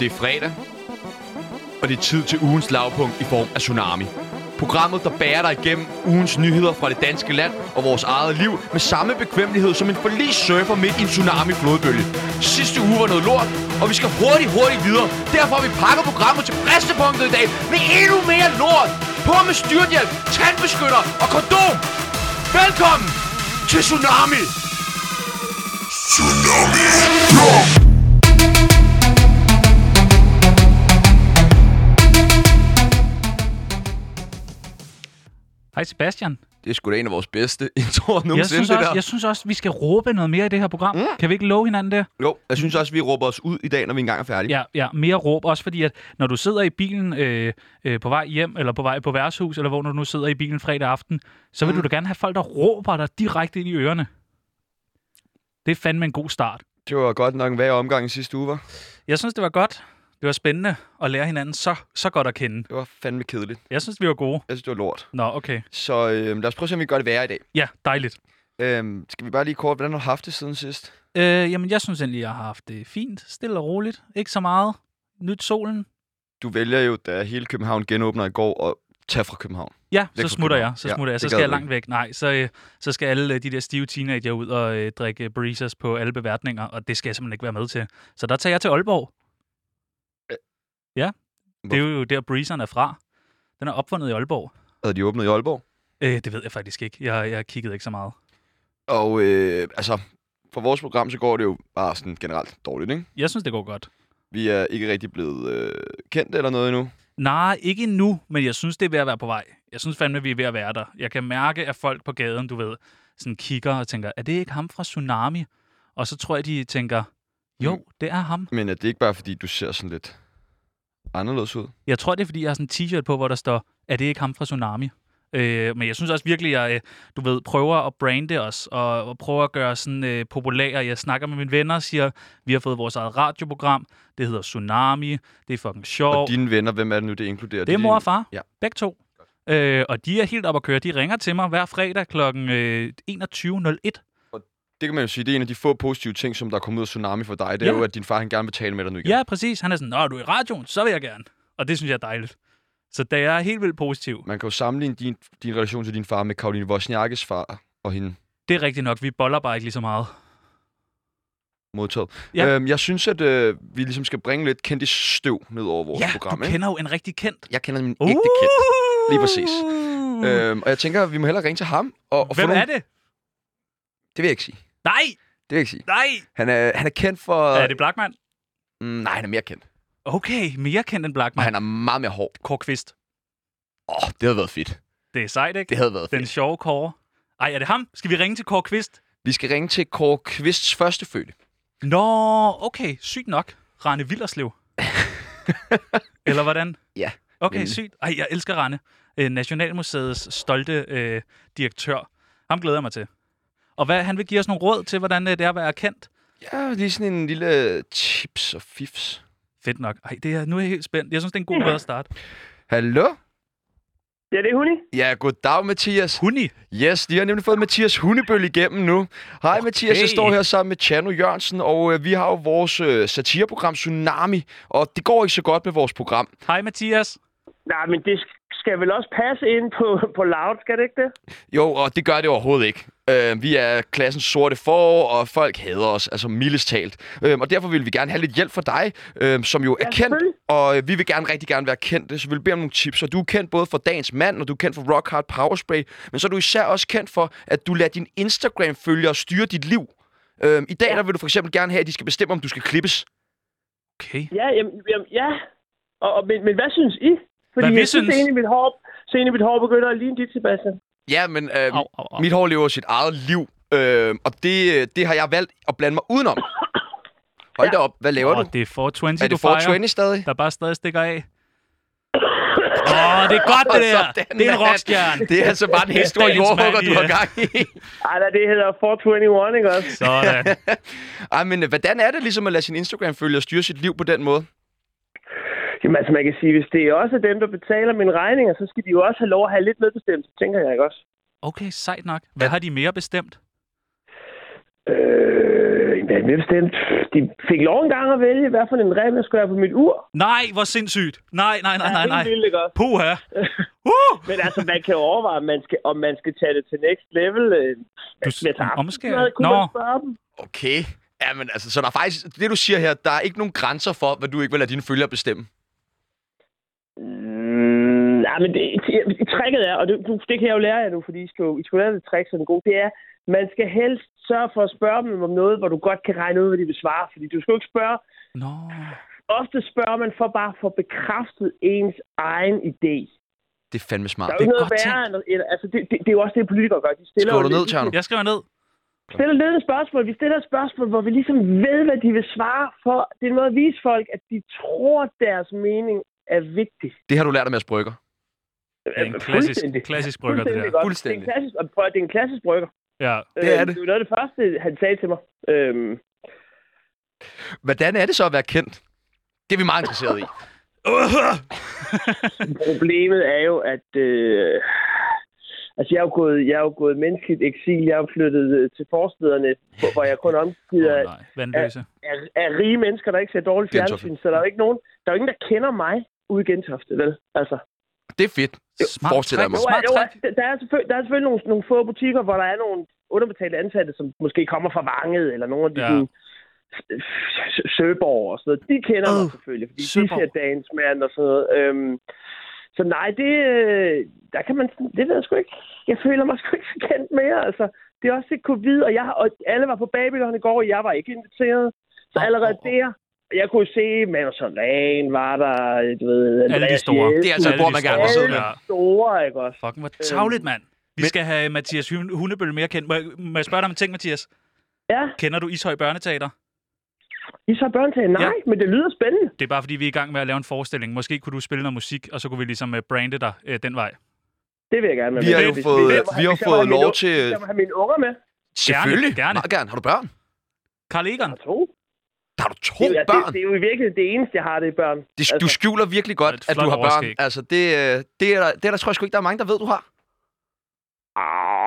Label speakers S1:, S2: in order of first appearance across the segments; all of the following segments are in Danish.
S1: Det er fredag, og det er tid til ugens lavpunkt i form af Tsunami. Programmet, der bærer dig igennem ugens nyheder fra det danske land og vores eget liv med samme bekvemmelighed som en forlis surfer midt i en tsunami-flodbølge. Sidste uge var noget lort, og vi skal hurtigt, hurtigt videre. Derfor har vi pakket programmet til bristepunktet i dag med endnu mere lort. På med styrthjelm, tandbeskytter og kondom. Velkommen til Tsunami!
S2: Hej Sebastian.
S1: Det er sgu da en af vores bedste introer nogensinde,
S2: Jeg synes,
S1: det
S2: også,
S1: der.
S2: jeg synes også, vi skal råbe noget mere i det her program. Mm. Kan vi ikke love hinanden det?
S1: Jo, jeg synes også, vi råber os ud i dag, når vi engang er færdige.
S2: Ja, ja, mere råb. Også fordi, at når du sidder i bilen øh, øh, på vej hjem, eller på vej på værtshus, eller hvor du nu sidder i bilen fredag aften, så vil mm. du da gerne have folk, der råber dig direkte ind i ørerne. Det er fandme en god start.
S1: Det var godt nok en værre omgang i sidste uge, var?
S2: Jeg synes, det var godt. Det var spændende at lære hinanden så, så godt at kende.
S1: Det var fandme kedeligt.
S2: Jeg synes, vi var gode.
S1: Jeg synes, det var lort.
S2: Nå, okay.
S1: Så øh, lad os prøve at se, om vi gør det værre i dag.
S2: Ja, dejligt.
S1: Øh, skal vi bare lige kort, hvordan har du haft det siden sidst?
S2: Øh, jamen, jeg synes egentlig, jeg har haft det fint. Stille og roligt. Ikke så meget. Nyt solen.
S1: Du vælger jo, da hele København genåbner i går, at tage fra København.
S2: Ja,
S1: fra
S2: så smutter jeg,
S1: København.
S2: så
S1: Ja,
S2: smutter ja, jeg, så
S1: det
S2: skal
S1: gad
S2: jeg
S1: du
S2: langt væk. Nej, så, øh, så skal alle øh, de der stive teenager ud og øh, drikke breezers på alle beværtninger, og det skal jeg simpelthen ikke være med til. Så der tager jeg til Aalborg.
S1: Øh,
S2: Ja, det er jo der breezeren er fra. Den er opfundet i Aalborg.
S1: Havde de åbnet i Aalborg?
S2: Øh, det ved jeg faktisk ikke. Jeg, jeg kiggede ikke så meget.
S1: Og øh, altså, for vores program, så går det jo bare sådan generelt dårligt, ikke?
S2: Jeg synes, det går godt.
S1: Vi er ikke rigtig blevet øh, kendt eller noget endnu.
S2: Nej, ikke endnu, men jeg synes, det er ved at være på vej. Jeg synes fandme, vi er ved at være der. Jeg kan mærke, at folk på gaden, du ved, sådan kigger og tænker, er det ikke ham fra Tsunami? Og så tror jeg, de tænker,
S1: Mm.
S2: jo, det er ham.
S1: Men er det ikke bare, fordi du ser sådan lidt anderledes ud?
S2: Jeg tror, det er, fordi jeg har sådan en t-shirt på, hvor der står, er det ikke ham fra Tsunami? Øh, men jeg synes også virkelig, jeg øh, du ved, prøver at brande os, og, og prøver at gøre sådan øh, populære. Jeg snakker med mine venner og siger, vi har fået vores eget radioprogram, det hedder Tsunami, det er fucking
S1: Og,
S2: sjovt.
S1: og dine venner, hvem er det nu, det inkluderer?
S2: Det er mor og far,
S1: Ja.
S2: ja. begge to. Øh, og de er helt op at køre. De ringer til mig hver fredag kl. Øh, 21.01.
S1: Det kan man jo sige, det er en af de få positive ting, som der er kommet ud af Tsunami for dig. Det er
S2: Ja.
S1: jo, at din far han gerne vil tale med dig nu igen.
S2: Ja, præcis. Han er sådan, Nå, er du i radioen? Så vil jeg gerne. Og det synes jeg er dejligt. Så det er helt vildt positiv.
S1: Man kan jo sammenligne din, din relation til din far med Karoline Wozniakis far og hende
S2: Det er rigtigt nok. Vi boller bare ikke lige så meget.
S1: modtaget.
S2: Ja.
S1: Øhm, jeg synes, at øh, vi ligesom skal bringe lidt kendis støv ned over vores
S2: ja,
S1: program.
S2: du
S1: ikke?
S2: kender jo en rigtig kendt. Uh!
S1: Jeg kender min ægte kendt. Lige præcis. Øhm, og jeg tænker, at vi må hellere ringe til ham. Og, og få
S2: Hvem
S1: nogle...
S2: er det?
S1: Det vil jeg ikke sige.
S2: Nej,
S1: Det vil jeg ikke sige.
S2: nej.
S1: Han er, han er kendt for...
S2: Er det Blackman?
S1: Mm, nej, han er mere kendt.
S2: Okay, mere kendt end
S1: Og
S2: Blackman.
S1: han er meget mere hård.
S2: Kåre
S1: Åh, oh, det havde været fedt.
S2: Det er sejt, ikke?
S1: Det havde været fedt.
S2: Den sjove Kåre. Ej, er det ham? Skal vi ringe til Kåre Kvist?
S1: Vi skal ringe til Kåre Kvists førstefødte.
S2: Nå, okay, sygt nok. Rane Villerslev. Eller hvordan?
S1: Ja,
S2: Okay,
S1: nemlig.
S2: sygt. Ej, jeg elsker Rane. Øh, Nationalmuseets stolte øh, direktør. Ham glæder jeg mig til. Og hvad, han vil give os nogle råd til, hvordan øh, det er at være kendt.
S1: Ja, lige sådan en lille chips og fifs.
S2: Fedt nok. Ej, det er, nu er jeg helt spændt. Jeg synes, det er en god måde at starte.
S1: Hallo?
S3: Ja, det er Huni.
S1: Ja, goddag, Mathias.
S2: Huni.
S1: Yes, de har nemlig fået Mathias Hundebøl igennem nu. Hej okay. Mathias, jeg står her sammen med Chano Jørgensen, og øh, vi har jo vores øh, satireprogram Tsunami, og det går ikke så godt med vores program.
S2: Hej, Mathias.
S3: Nej, men det sk- skal vel også passe ind på, på loud, skal det ikke det?
S1: Jo, og det gør det overhovedet ikke. Øh, vi er klassen sorte for, og folk hader os, altså mildest talt. Øh, og derfor vil vi gerne have lidt hjælp fra dig, øh, som jo er
S3: Ja,
S1: kendt,
S3: selvfølgelig.
S1: og øh, vi vil gerne rigtig gerne være kendte, så vi vil bede om nogle tips. Og du er kendt både for Dagens Mand, og du er kendt for Rock Hard Power Spray, men så er du især også kendt for, at du lader din Instagram-følgere styre dit liv. Øhm, I dag der vil du for eksempel gerne have, at de skal bestemme, om du skal klippes.
S2: Okay.
S3: Ja, jamen, jamen ja. Og, og, men, men hvad synes I? Fordi
S2: Hvad vi
S3: jeg synes,
S2: synes?
S3: egentlig, mit hår, så egentlig mit hår begynder at ligne dit, Sebastian.
S1: Ja, men øh,
S2: Au, au, au.
S1: mit hår lever sit eget liv, øh, og det, øh, det har jeg valgt at blande mig udenom. Hold da op, hvad laver
S2: Åh,
S1: du?
S2: det er 420,
S1: Er det
S2: du fejrer,
S1: 420 stadig?
S2: Der bare stadig stikker af. Åh, oh, det er godt, det der.
S1: Sådan,
S2: det er en
S1: mand.
S2: rockstjerne.
S1: Det er altså bare en helt stor
S2: Dagens
S1: jordhugger, du
S2: mand i,
S1: har
S2: øh,
S1: gang i.
S3: Ej, da, det hedder 421, ikke også?
S2: Sådan.
S1: Ej, men øh, hvordan er det ligesom at lade sin Instagram-følger styre sit liv på den måde?
S3: Jamen, altså, man kan sige, hvis det er også dem, der betaler mine regninger, så skal de jo også have lov at have lidt medbestemt, tænker jeg ikke også?
S2: Okay, sejt nok. Hvad har de mere bestemt?
S3: Øh, jamen, hvem stemte? De fik lov engang at vælge, hvad for en rem jeg skulle have på mit ur.
S2: Nej, hvor sindssygt. Nej, nej, Ah, nej, nej,
S3: Det er
S2: nej.
S3: helt vildt, ikke også?
S2: Puha. Uh!
S3: Men altså, man kan jo overveje, om man skal, om man skal tage det til next level. øh,
S2: Du
S3: med et
S2: om- omskæring?
S3: aftensmad, kunne
S2: Nå.
S3: man spørge dem.
S1: Okay. Ja, men altså, så der er faktisk... Det, du siger her, der er ikke nogen grænser for, hvad du ikke vil lade dine følgere bestemme.
S3: Mm, nej, men det, det, tricket er, og det, du- det kan jeg jo lære jer nu, fordi I skal, jo- I skal jo lære det trick, så den god, det er, man skal helst sørge for at spørge dem om noget, hvor du godt kan regne ud, hvad de vil svare. Fordi du skal jo ikke spørge.
S2: Nå.
S3: Ofte spørger man for bare for bekræftet ens egen idé.
S1: Det er fandme smart.
S3: Der er jo ikke
S2: er
S3: noget
S2: godt
S3: værre end... end altså, det, det, det, er jo også det, politikere gør. De stiller
S1: Skriver
S3: jo
S1: du ned,
S3: lidt-
S1: Tjerno?
S2: Jeg skriver ned.
S3: stiller ledende spørgsmål. Vi stiller et spørgsmål, hvor vi ligesom ved, hvad de vil svare for. Det er en måde at vise folk, at de tror, deres mening er vigtig.
S1: Det har du lært af Mads Brygger.
S2: Det er en klassisk, klassisk brygger, det der.
S3: Fuldstændig.
S1: Fuldstændig.
S3: godt. Det er en klassisk, og prøv, at- det er en klassisk brygger. Øh,
S2: Ja.
S1: Det er det.
S3: Det var noget af det første, han sagde til mig. Øhm,
S1: Hvordan er det så at være kendt? Det er vi meget interesseret i.
S3: problemet er jo, at... Øh, altså, jeg er, jo gået, jeg er jo gået menneskeligt eksil. Jeg er jo flyttet øh, til forstederne, hvor- hvor jeg kun er omgivet
S2: Åh,
S3: af,
S2: nej. Vandløse.
S3: af, af rige mennesker, der ikke ser dårligt
S1: Gentofte.
S3: fjernsyn. Så der er jo ikke nogen, der, er jo ingen, der kender mig ude i Gentofte, vel? Altså.
S1: Det er fedt.
S2: Smart
S1: Forestiller jeg
S2: trick.
S1: mig.
S2: Smart
S3: jo,
S2: trick.
S3: altså, der, er selvfølgelig, der er selvfølgelig nogle, nogle få butikker, hvor der er nogle underbetalte ansatte, som måske kommer fra Vanget, eller nogle af de
S2: Ja.
S3: ja. Søborg og sådan noget. De kender
S2: Øh,
S3: mig selvfølgelig, fordi
S2: Søborg.
S3: de ser dagens mand og sådan noget. Øhm, så nej, det, øh, der kan man, sådan- det ved jeg sgu ikke. Jeg føler mig sgu ikke så kendt mere, altså. Det er også et covid, og, jeg, har- og alle var på Babylon i går, og jeg var ikke inviteret. Så
S2: Åh,
S3: allerede
S2: åh, åh.
S3: der, jeg kunne se, Manu Solan var der, du ved,
S2: Alle de store.
S1: Det er altså et
S2: Alle
S1: bord,
S2: de
S1: man gerne vil
S2: store.
S1: sidde med.
S2: Ja.
S3: store, ikke også?
S2: Fucking hvor
S3: Øhm,
S2: tavligt, mand. Vi
S1: men-
S2: skal have øh, Mathias Hun- Hundebøl mere kendt. Må jeg, må jeg spørge dig om en ting, Mathias?
S3: Ja,
S2: Kender du Ishøj Børneteater?
S3: I så børn til, nej,
S2: Ja.
S3: ja. men det lyder spændende.
S2: Det er bare, fordi vi er i gang med at lave en forestilling. Måske kunne du spille noget musik, og så kunne vi ligesom øh, brande dig øh, den vej.
S3: Det vil jeg gerne være
S1: Vi har
S3: med.
S1: jo
S3: Hvis-
S1: fået,
S3: hvis jeg må have-
S1: vi har
S3: hvis jeg må
S1: fået
S3: have mine
S1: lov
S3: u-
S1: til...
S3: hvis Jeg må have mine unger med.
S1: Selvfølgelig.
S2: gerne.
S1: Meget gerne. Har du børn?
S2: Karl
S3: Jeg
S2: Egon,
S3: har to.
S1: Har du to
S3: Det, er- det,
S1: børn?
S3: det, altså- er jo i virkeligheden det eneste, jeg har, det er børn.
S1: Det, du skjuler virkelig godt,
S2: Det er et
S1: at du
S2: flot
S1: har børn.
S2: overskæg.
S1: Altså, det, øh, det, er der, det er der, tror jeg sgu ikke, der er mange, der ved, du har.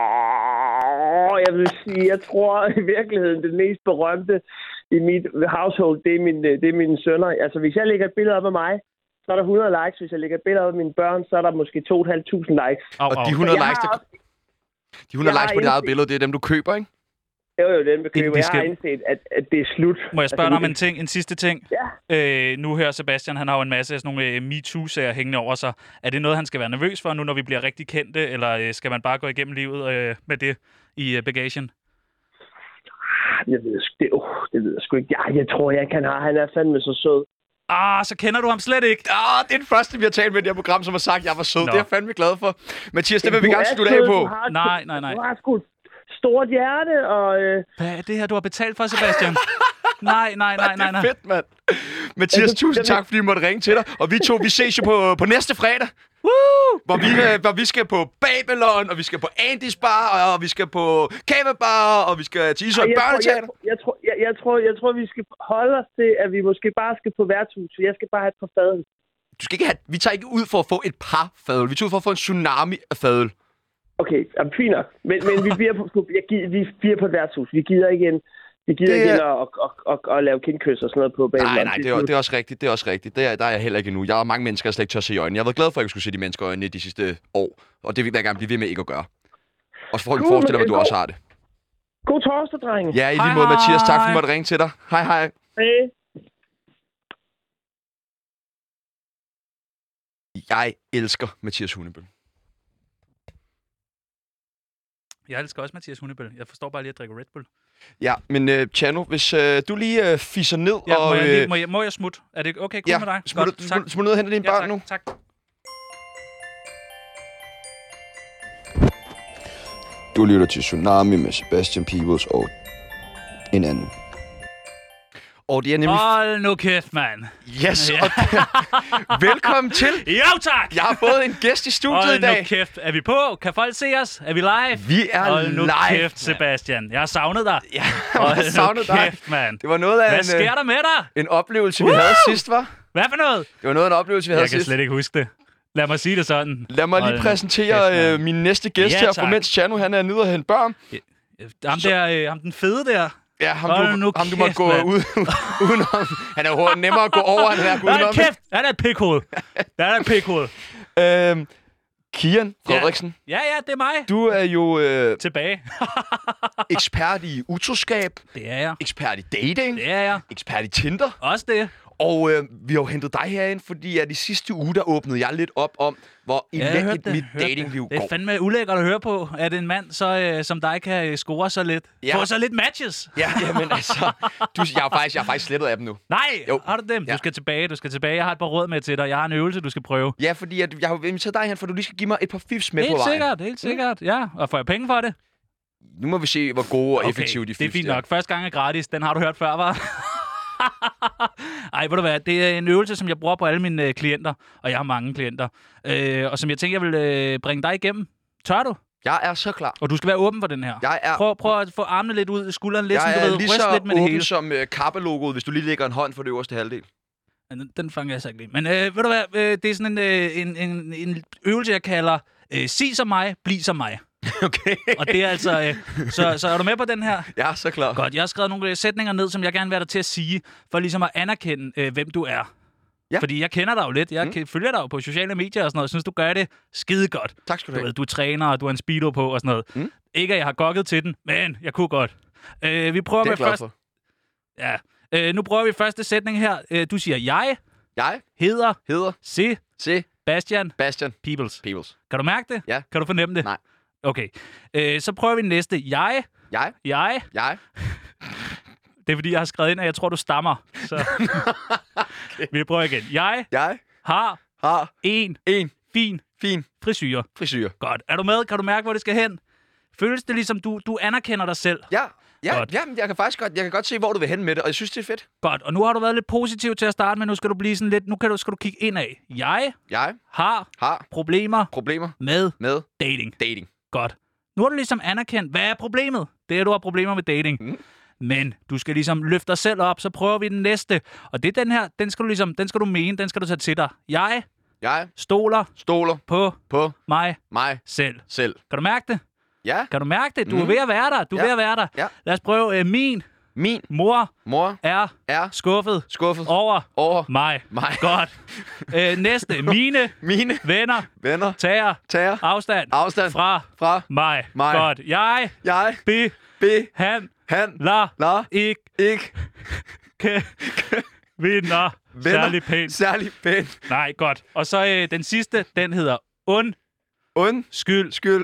S3: Åh, jeg vil sige, jeg tror i virkeligheden, det mest berømte i mit household, det er, min, øh, det er mine sønner. Altså, hvis jeg lægger et billede op af mig, så er der 100 likes. Hvis jeg lægger et billede op af mine børn, så er der måske 2.500 likes.
S2: au,
S1: Og
S2: au.
S1: de
S3: Så
S1: 100
S3: jeg
S1: likes,
S3: har
S1: der,
S3: også
S1: de 100
S3: jeg
S1: likes
S3: har
S1: på dit eget
S3: indset-
S1: billede, det er dem, du køber, ikke?
S3: Det var jo den bekymring.
S2: det
S3: Jeg har
S2: skal-
S3: indset, at, at det er slut.
S2: Må jeg spørge
S3: Altså,
S2: dig om en ting, en sidste ting?
S3: Ja.
S2: Øh, nu her Sebastian, han har jo en masse af sådan nogle øh, MeToo-sager hængende over sig. Er det noget, han skal være nervøs for nu, når vi bliver rigtig kendte, eller øh, skal man bare gå igennem livet øh, med det i øh, bagagen?
S3: Jeg ved, sgu- det, uh, det ved jeg sgu ikke. Jeg, jeg tror, jeg kan have. Han er fandme så sød.
S2: Ah, så kender du ham slet ikke!
S1: Ah, det er den første, vi har talt med i det her program, som har sagt, at jeg var sød.
S2: Nå.
S1: Det er jeg fandme glad for. Mathias, det vil vi
S3: Du
S1: gerne
S3: er
S1: slutte
S3: sød,
S1: af på.
S3: Du har, et-
S2: Nej, nej, nej.
S3: Du har sgu et stort hjerte, og øh,
S2: Hvad er det her, du har betalt for, Sebastian? nej, nej, nej, nej,
S1: Det er
S2: nej.
S1: fedt, mand. Mathias,
S3: Altså,
S1: tusind
S3: jeg ved-
S1: tak, fordi vi måtte ringe til dig. Og vi to, vi ses jo på, på næste fredag.
S2: Woo!
S1: Hvor vi, øh, hvor vi skal på Babylon, og vi skal på Andys Bar, og vi skal på Kava Bar, og vi skal til Ishøj
S3: jeg, tror, jeg,
S1: Børneteater.
S3: tror- jeg, tror, jeg, jeg, tror, jeg tror, vi skal holde os til, at vi måske bare skal på værtshus. Jeg skal bare have et par fadet.
S1: Du skal ikke have, vi tager ikke ud for at få et par fadøl. Vi tager ud for at få en tsunami af fadøl.
S3: Okay, jamen, fint nok. Men, men vi, bliver på, på, jeg, gi- vi bliver på et værtshus. Vi gider ikke en, vi gider
S1: Det
S3: ikke en
S1: er-
S3: at, at, at, at, at, lave kindkys og sådan noget på banen.
S1: Nej, nej, det er, det er også rigtigt. Det er også rigtigt. Det er, der er jeg heller ikke endnu. Jeg har mange mennesker, jeg slet ikke tør se i øjnene. Jeg har været glad for, at jeg skulle se de mennesker i øjnene de sidste år. Og det vil jeg gerne blive ved med ikke at gøre. Og så for,
S3: Cool,
S1: forestiller mig, at
S3: men
S1: du
S3: det er
S1: også har det.
S3: God torsdag, drenge.
S1: Ja, i
S2: Hej,
S1: lige måde, Mathias. Tak fordi
S2: hej.
S1: du måtte ringe til dig. Hej, hej.
S3: Hej.
S1: Jeg elsker Mathias Hunebøl.
S2: Jeg elsker også Mathias Hundebøl. Jeg forstår bare lige at drikke Red Bull.
S1: Ja, men uh, Chano, hvis uh, du lige uh, fisser ned
S2: Ja,
S1: og...
S2: må, jeg lige,
S1: øh,
S2: må, jeg, må jeg smutte? Er det okay cool
S1: ja,
S2: med dig?
S1: smut,
S2: Godt, tak.
S1: smut, smut ned og hente dine
S2: Ja,
S1: børn
S2: tak,
S1: nu.
S2: tak.
S1: Du lytter til Tsunami med Sebastian Peebles og en anden. Og det er nemlig...
S2: Hold nu kæft, mand.
S1: Yes, og velkommen til.
S2: Jo, tak!
S1: Jeg har fået en gæst i studiet i
S2: Hold
S1: dag.
S2: nu kæft. Er vi på? Kan folk se os? Er vi live?
S1: Vi er
S2: Hold nu
S1: live, mand.
S2: kæft, Sebastian. Jeg har savnet dig.
S1: Ja,
S2: Hold
S1: jeg savnede
S2: nu
S1: dig.
S2: kæft, mand.
S1: Det var noget af
S2: Hvad
S1: en,
S2: sker
S1: øh,
S2: der med dig?
S1: en oplevelse, vi havde sidst, var.
S2: Hvad for noget?
S1: Det var noget af en oplevelse, vi havde
S2: Jeg kan
S1: sidst.
S2: slet ikke huske det. Lad mig sige det sådan.
S1: Lad mig
S2: Hold
S1: lige
S2: nu
S1: præsentere
S2: kæft, mand.
S1: øh, min næste gæst
S2: Ja,
S1: her, for
S2: tak.
S1: mens Chano han er nede og hente børn.
S2: Ham, der, øh, ham den fede der.
S1: Ja, ham,
S2: Hold
S1: du,
S2: nu
S1: ham, du
S2: kæft,
S1: må gå
S2: mand.
S1: ud, udenom. Han er jo hurtigt nemmere at gå over, end han er at gå
S2: Nej,
S1: udenom.
S2: kæft! Han er et pikhoved. Han er et pikhoved.
S1: Øhm, Kian Frederiksen,
S2: Ja, ja, det er mig.
S1: du er jo øh,
S2: Tilbage.
S1: ekspert i utroskab,
S2: Det er jeg.
S1: ekspert i dating,
S2: Det er jeg.
S1: ekspert i Tinder.
S2: Også det.
S1: Og øh, vi har jo hentet dig herind, fordi at i sidste uge, der åbnede jeg lidt op om, hvor
S2: Ja, jeg hørte
S1: elendigt
S2: det.
S1: mit
S2: hørte
S1: datingliv
S2: det. Det
S1: går.
S2: er fandme ulækkert at høre på, at en mand så, øh, som dig kan øh, score så lidt.
S1: Ja.
S2: Ja. Få så lidt matches.
S1: Ja, jamen altså, du, jeg har faktisk, jeg har faktisk slettet af dem nu.
S2: Nej,
S1: Jo.
S2: jo. har du dem?
S1: Ja.
S2: Du skal tilbage, du skal tilbage. Jeg har et par råd med til dig. Jeg har en øvelse, du skal prøve.
S1: Ja, fordi at jeg har jo inviteret dig hen, for du lige skal give mig et par fifs med på
S2: Helt
S1: vejen. Mm.
S2: sikkert, helt sikkert. Ja, og får jeg penge for det?
S1: Nu må vi se, hvor gode og effektive de
S2: det er
S1: fifs
S2: fint nok. Første gang er gratis. Den har du hørt før, var. Ej, ved du hvad, det er en øvelse, som jeg bruger på alle mine øh, klienter, og jeg har mange klienter, øh, og som jeg tænker, jeg vil øh, bringe dig igennem. Tør du?
S1: Jeg er så klar.
S2: Og du skal være åben for den her.
S1: Jeg er,
S2: Prøv, prøv at få armene lidt ud, skulderen lidt,
S1: jeg
S2: sådan, du
S1: er
S2: ved,
S1: lige
S2: ryst
S1: så
S2: lidt med det
S1: åben
S2: hele.
S1: som øh, kappelogået, hvis du lige lægger en hånd for det øverste halvdel.
S2: Den- Den fanger jeg så ikke lige. Men øh, ved du hvad, øh, det er sådan en, øh, en, en, en øvelse, jeg kalder øh, Sig som mig, bliv som mig.
S1: Okay.
S2: Og det er altså... Øh, så, så er du med på den her?
S1: Jeg er så klar.
S2: Godt, jeg har skrevet nogle øh, sætninger ned, som jeg gerne vil have dig til at sige, for ligesom at anerkende, øh, hvem du er.
S1: Ja.
S2: Ja. Fordi jeg kender dig jo lidt. Jeg
S1: Mm.
S2: mm. følger dig jo på sociale medier og sådan noget. Jeg synes, du gør det skide godt.
S1: Tak skal du
S2: Du, ved,
S1: have.
S2: du træner, og du har en speedo på og sådan noget.
S1: Mm.
S2: Mm. Ikke, at jeg har gokket til den, men jeg kunne godt. Øh, vi prøver
S1: Det er jeg
S2: med
S1: glad
S2: først...
S1: for.
S2: Ja. Øh, nu prøver vi første sætning her. Øh, du siger, jeg
S1: Jeg
S2: hedder
S1: hedder Sebastian
S2: Sebastian Peebles.
S1: Peebles.
S2: Kan du mærke det?
S1: Ja.
S2: Kan du fornemme det?
S1: Nej.
S2: Okay. Øh, så prøver vi næste. Jeg,
S1: Jeg,
S2: jeg.
S1: jeg,
S2: Det er fordi, jeg har skrevet ind, at jeg tror, du stammer. Så okay. vi prøver igen. Jeg
S1: jeg
S2: har
S1: har
S2: en
S1: en
S2: fin
S1: fin
S2: frisyr.
S1: frisyr.
S2: Godt. Er du med? Kan du mærke, hvor det skal hen? Føles det ligesom, du, du anerkender dig selv?
S1: Ja, ja,
S2: Godt.
S1: ja, jeg kan faktisk godt, jeg kan godt se, hvor du vil hen med det, og jeg synes, det er fedt.
S2: Godt. Og nu har du været lidt positiv til at starte, men nu skal du blive sådan lidt... Nu kan du, skal du kigge indad. Jeg
S1: Jeg
S2: har
S1: har
S2: problemer
S1: problemer
S2: med
S1: med
S2: dating.
S1: dating.
S2: Godt. Nu har du ligesom anerkendt, hvad er problemet? Det er, at du har problemer med dating.
S1: Mm.
S2: Mm. Men du skal ligesom løfte dig selv op, så prøver vi den næste. Og det er den her, den skal du ligesom, den skal du mene, den skal du tage til dig. Jeg
S1: Jeg
S2: stoler
S1: stoler
S2: på
S1: på
S2: mig
S1: mig
S2: selv.
S1: selv.
S2: Kan du mærke det?
S1: Ja,
S2: Kan du mærke det? Du
S1: Mm.
S2: er ved at være der. Du er
S1: Ja.
S2: ved at være der.
S1: Ja.
S2: Lad os prøve. Øh, min
S1: min
S2: mor
S1: mor
S2: er
S1: er
S2: skuffet
S1: skuffet
S2: over
S1: over
S2: mig.
S1: mig.
S2: Godt. Øh, næste. Mine
S1: Mine
S2: venner
S1: venner
S2: tager
S1: tager
S2: afstand
S1: afstand fra,
S2: fra
S1: fra
S2: mig.
S1: Mig.
S2: Godt. Jeg
S1: jeg, be,
S2: behandler
S1: han, la,
S2: ikke
S1: ikke,
S2: kan vinder
S1: venner,
S2: særlig pænt.
S1: særlig pænt,
S2: Nej, godt. Og så øh, den sidste, den hedder undskyld.
S1: undskyld, skyld.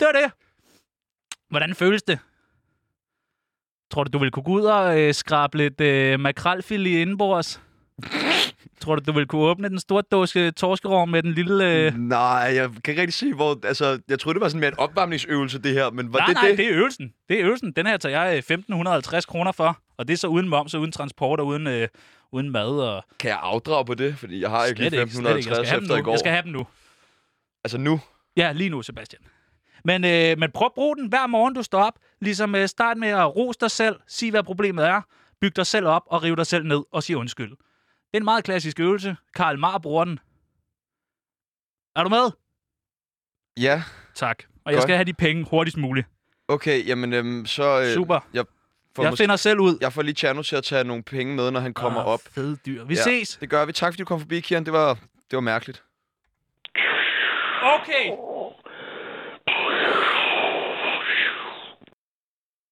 S2: Det var det. Hvordan føles det? Tror du, du ville kunne gå ud og øh, skrabe lidt øh, makrelfilet indenbords? Tror du, du ville kunne åbne den store dåse torskerov med den lille... Øh...
S1: Nej, jeg kan ikke rigtig se, hvor... Altså, jeg troede, det var sådan mere en opvarmningsøvelse, det her, men var
S2: Nej,
S1: det
S2: nej,
S1: det?
S2: det er øvelsen. Det er øvelsen. Den her tager jeg øh, 1550 kroner for. Og det er så uden moms og uden transport og uden, øh, uden mad og...
S1: Kan jeg afdrage på det? Fordi jeg har ikke lige
S2: Slet ikke, slet ikke. Jeg skal
S1: 1550
S2: have
S1: efter i
S2: dem nu.
S1: går.
S2: Jeg skal have dem nu.
S1: Altså nu?
S2: Ja, lige nu, Sebastian. Men, øh, men prøv at bruge den hver morgen, du står op. Ligesom øh, start med at rose dig selv, sig hvad problemet er, byg dig selv op og riv dig selv ned og sig undskyld. Det er en meget klassisk øvelse. Karl Marr bruger den. Er du med?
S1: Ja,
S2: Tak. Og jeg
S1: Godt.
S2: skal have de penge hurtigst muligt.
S1: okay, jamen øhm, så... Øh,
S2: Super.
S1: får
S2: jeg
S1: måske-
S2: finder selv ud.
S1: jeg får lige Tjerno til at tage nogle penge med, når han kommer
S2: Ah,
S1: op.
S2: Fede dyr. Vi
S1: Ja.
S2: ja. ses.
S1: Det gør vi. Tak fordi du kom forbi, Kian. Det var, det var mærkeligt.
S2: Okay.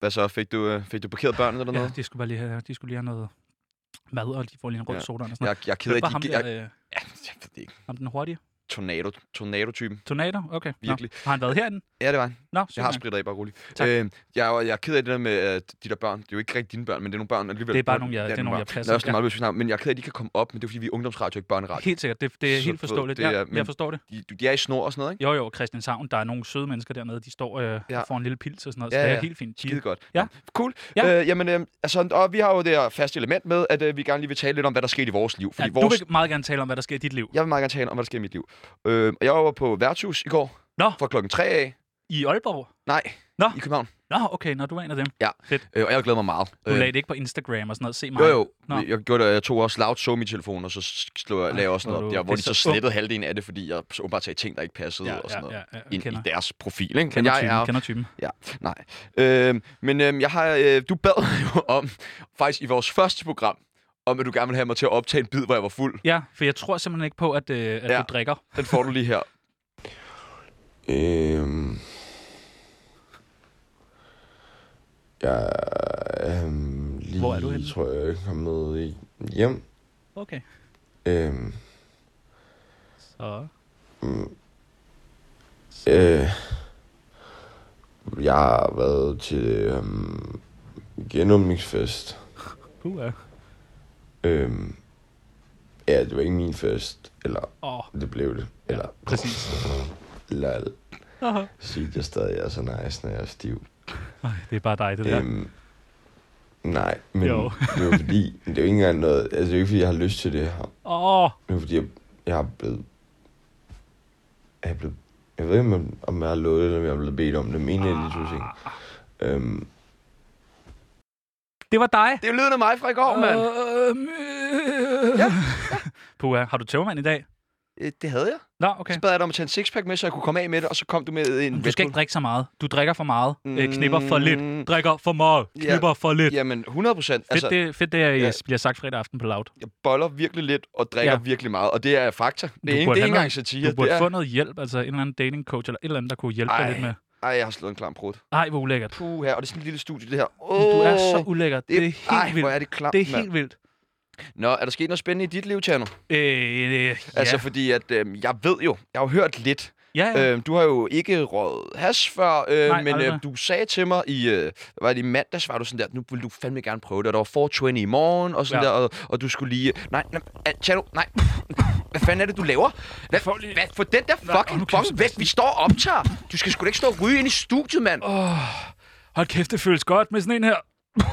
S1: Hvad så? Fik du, øh, fik du parkeret børnene eller
S2: Ja,
S1: noget?
S2: de skulle bare lige have, de skulle lige have noget mad, og de får lige en rød
S1: Ja.
S2: ja. soda og sådan noget.
S1: Jeg, jeg er ked af,
S2: Hvem var
S1: at
S2: ham,
S1: de... Jeg, jeg,
S2: der, øh,
S1: jeg ved det ikke.
S2: ham den hurtige?
S1: Tornado, tornado-typen.
S2: Tornado? Okay.
S1: Virkelig.
S2: Nå. Har han været herinde?
S1: Ja, det var han.
S2: Nå,
S1: Jeg har
S2: super.
S1: spredt af, bare roligt.
S2: Tak.
S1: Øh, jeg, er- jeg er ked af det der med øh, de der børn. Det er jo ikke rigtig dine børn, men det er nogle børn alligevel.
S2: Det er bare nogle, jeg- det er nogle, jeg
S1: børn.
S2: passer.
S1: Det er også
S2: Ja.
S1: meget bevidst navn, men jeg er ked af, at de kan komme op, men det er fordi, vi er ungdomsradio, ikke børneradio.
S2: Helt sikkert. Det, det er
S1: Så
S2: helt
S1: du ved,
S2: forståeligt.
S1: det
S2: Ja,
S1: er- men-
S2: jeg forstår det.
S1: De, de er i snor og sådan noget, ikke?
S2: Jo, jo, Christianshavn. Der er nogle søde mennesker dernede. De står øh,
S1: Ja.
S2: ja. for en lille pils og sådan noget.
S1: Ja,
S2: så det
S1: ja.
S2: er helt fint.
S1: Skide godt.
S2: Ja.
S1: Nå, Cool.
S2: Ja.
S1: Øh, jamen, øh, altså, og vi har jo det her faste element med, at øh, vi gerne lige vil tale lidt om, hvad der skete i vores liv.
S2: Ja,
S1: Fordi
S2: du
S1: vores,
S2: vil meget gerne tale om, hvad der sker i dit liv.
S1: Jeg vil meget gerne tale om, hvad der sker i mit liv. Øh, og jeg var på værtshus i går.
S2: Nå.
S1: Fra klokken 3 af.
S2: I Aalborg?
S1: Nej.
S2: Nå.
S1: I København.
S2: Nå, okay, når du er en af dem.
S1: Ja,
S2: Fedt.
S1: øh, og jeg glæder mig meget.
S2: Du lagde det ikke på Instagram og sådan noget. Se mig.
S1: jo, jo.
S2: Nå.
S1: Jeg, gjorde det, og jeg tog også loud show i min telefon, og så slog jeg,
S2: Ej,
S1: lagde jeg også
S2: hvor
S1: noget
S2: er
S1: op
S2: du-
S1: der, hvor
S2: det
S1: de
S2: er
S1: så
S2: så-
S1: slettede halvdelen af det, fordi jeg så åbenbart sagde ting, der ikke passede
S2: Ja,
S1: og
S2: ja,
S1: sådan noget.
S2: ja, ja,
S1: ind
S2: kender.
S1: i deres profil, ikke? Men
S2: Kender
S1: jeg
S2: typen,
S1: er...
S2: kender typen.
S1: Ja, nej. Øhm, men øhm, jeg har, øh, du bad jo om, faktisk i vores første program, om at du gerne ville have mig til at optage en bid, hvor jeg var fuld.
S2: Ja, for jeg tror simpelthen ikke på, at, øh, at ja.
S1: Ja.
S2: du drikker.
S1: Den får du lige her.
S4: Øhm... Jeg øhm, lige,
S2: Hvor er du henne?
S4: tror jeg, kommet i- hjem.
S2: Okay.
S4: Øhm,
S2: Så.
S4: øh, jeg har været til øhm, genåbningsfest.
S2: Puh, ja.
S4: Øhm, ja, det var ikke min fest, eller
S2: Åh,
S4: det blev det. Eller,
S2: præcis.
S4: lol.
S2: Aha.
S4: Sig det stadig, jeg er så nice, når jeg er stiv.
S2: Ej, det er bare dig, det der.
S4: Øhm, nej, men
S2: Jo.
S4: det var fordi, det er jo ikke engang noget, altså det er jo ikke fordi, jeg har lyst til det her.
S2: Åh,
S4: Det er fordi, jeg, jeg er blevet, jeg er blevet, jeg ved ikke, om jeg, om jeg har lovet det, eller om jeg er blevet bedt om det, men en af de to ting. Øhm,
S2: det var dig.
S1: Det er jo lyden af mig fra i går, mand.
S2: Øh, ja. Puha, har du tømmermand i dag?
S1: Øh, det havde jeg.
S2: Nå,
S1: Okay.
S2: okay.
S1: Så bad jeg dig om at tage en sixpack med, så jeg kunne komme af med det, og så kom du med en
S2: Du skal ikke drikke så meget. Du drikker for meget. Mm. Knipper for
S1: Mm.
S2: lidt. Drikker for meget.
S1: Ja.
S2: Knipper for lidt.
S1: Jamen, 100 procent.
S2: Fedt,
S1: Altså,
S2: det, fedt, det er,
S1: ja.
S2: ja. bliver sagt fredag aften på Loud.
S1: jeg boller virkelig lidt og drikker
S2: Ja.
S1: ja. virkelig meget, og det er fakta. Det er,
S2: burde
S1: ikke, det er
S2: have
S1: ikke
S2: noget-
S1: engang satire.
S2: Du burde
S1: det er,
S2: få noget hjælp, altså en eller anden dating coach eller et eller andet, der kunne hjælpe dig
S1: Ej.
S2: lidt med.
S1: Ej, jeg har slået en klam prud.
S2: Ej, hvor ulækkert.
S1: Puh, her, og det er sådan et lille studie, det her.
S2: Men
S1: Oh,
S2: Du er så ulækker. Det, er helt
S1: Ej,
S2: vildt.
S1: hvor er det klamt,
S2: det er
S1: mand.
S2: helt vildt.
S1: Nå, er der sket noget spændende i dit liv, Tjerno?
S2: Øh, øh, ja.
S1: Altså, fordi at, øh, jeg ved jo, jeg har jo hørt lidt.
S2: ja, ja.
S1: Øh, du har jo ikke røget hash før, øh,
S2: Nej,
S1: men
S2: aldrig.
S1: øh, du sagde til mig i, øh, hvad var det, i mandags, var du sådan der, nu vil du fandme gerne prøve det, og der var 420 i morgen, og sådan
S2: Ja.
S1: ja. der, og, og du skulle lige, nej, nej, øh, Tjerno, nej, hvad fanden er det, du laver? Hvad, lige... hvad for den der
S2: Nej, åh, nu
S1: fucking
S2: kan jeg
S1: bong væk, vi står og optager. Du skal sgu da ikke stå og ryge ind i studiet, mand. Åh,
S2: Hold kæft, det føles godt med sådan en her.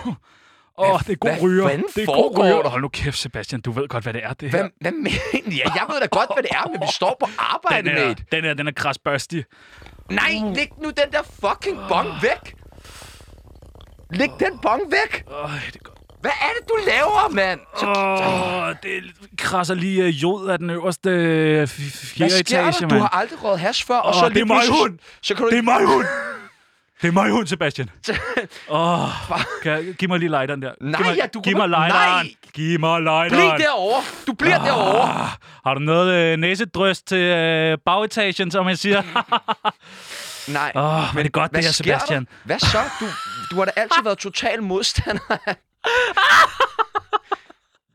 S2: Åh, oh, det er god
S1: hvad
S2: ryger.
S1: fanden
S2: Det er god
S1: foregår
S2: ryger.
S1: der?
S2: Hold nu kæft, Sebastian, du ved godt, hvad det er, det
S1: hvad,
S2: her.
S1: hvad mener jeg? Jeg ved da godt, hvad det er, men vi står på arbejde,
S2: Den er, Uh.
S1: mate.
S2: den er, den er krasbørstig.
S1: Nej, læg nu den der fucking bong væk! Læg den bong væk!
S2: Åh, det er godt.
S1: Hvad er det, du laver, mand? Så-
S2: Åh, det krasser lige øh, jod af den øverste øh, f- f-
S1: Hvad
S2: fjerde
S1: sker
S2: etage,
S1: der?
S2: mand.
S1: Du har aldrig røget hash før, og
S2: Åh,
S1: så
S2: det er
S1: lige
S2: mig,
S1: pludselig-
S2: hund!
S1: Så kan du
S2: Det er
S1: ikke...
S2: mig hund! Det er mig hund, Sebastian. Åh, oh, kan, giv mig lige lighteren der.
S1: Nej,
S2: giv mig,
S1: ja, du
S2: giv
S1: kan-
S2: mig lighteren.
S1: Nej!
S2: Giv mig
S1: Bliv
S2: lighteren.
S1: derovre! Du bliver
S2: Ah.
S1: derovre!
S2: Har du noget øh, næsedrøst til øh, bagetagen, som jeg siger?
S1: Nej.
S2: Åh, men det er godt, det her,
S1: sker der?
S2: Sebastian.
S1: Hvad så? Du, du har da altid været total modstander. af-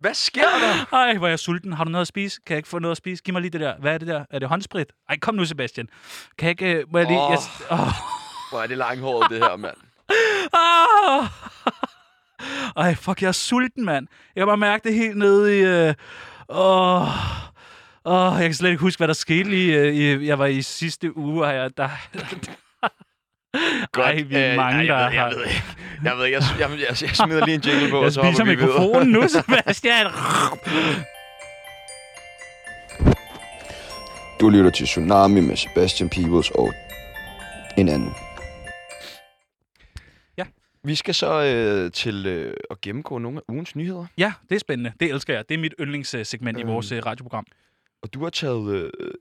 S1: Hvad sker der?
S2: Ej, hvor er jeg sulten. Har du noget at spise? Kan jeg ikke få noget at spise? Giv mig lige det der. Hvad er det der? Er det håndsprit? Ej, kom nu, Sebastian. Kan jeg ikke... Øh, må jeg lige...
S1: Åh.
S2: Jeg, åh.
S1: Hvor er det langhåret, det her, mand.
S2: Ah! Ej, fuck, jeg er sulten, mand. Jeg kan bare mærke det helt nede i... Øh... Åh... Åh, jeg kan slet ikke huske, hvad der skete i, øh, i jeg var i sidste uge, og jeg, der... Ej, vi er
S1: øh,
S2: mange,
S1: ej, jeg
S2: der
S1: ved, jeg
S2: har-
S1: ved ikke. Jeg ved ikke, jeg, jeg, jeg, jeg smider lige en jingle på,
S2: Jeg
S1: og så hopper
S2: spiser
S1: vi videre.
S2: mikrofonen nu, Sebastian.
S4: du lytter til Tsunami med Sebastian Peebles og en anden.
S1: Vi skal så øh, til øh, at gennemgå nogle af ugens nyheder.
S2: ja, det er spændende. Det elsker jeg. Det er mit yndlingssegment i
S1: Øhm.
S2: vores øh, radioprogram.
S1: Og du har taget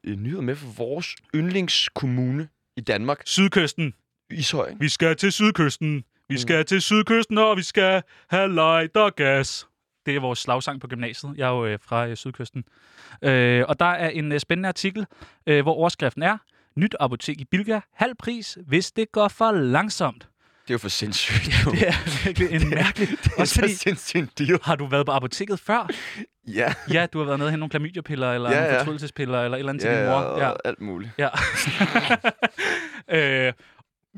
S1: øh, en nyhed med fra vores yndlingskommune i Danmark,
S2: Sydkysten.
S1: Ishøj.
S2: Vi skal til Sydkysten. Vi skal til Sydkysten, og vi skal have light og gas. Det er vores slagsang på gymnasiet. Jeg er jo øh, fra øh, Sydkysten. Øh, og der er en øh, spændende artikel, øh, hvor overskriften er Nyt apotek i Bilka. Halv pris, hvis det går for langsomt.
S1: Det er jo for sindssygt. Jo.
S2: Det er virkelig en mærkelig...
S1: det er
S2: Også fordi,
S1: så sindssygt dyrt.
S2: har du været på apoteket før?
S1: Ja,
S2: Ja, du har været nede og hentet nogle klamydiapiller, eller
S1: Ja,
S2: ja, nogle
S1: ja.
S2: fortrydelsespiller, eller et eller andet til
S1: ja,
S2: din
S1: ja,
S2: mor. Ja.
S1: og alt muligt.
S2: Ja. øh,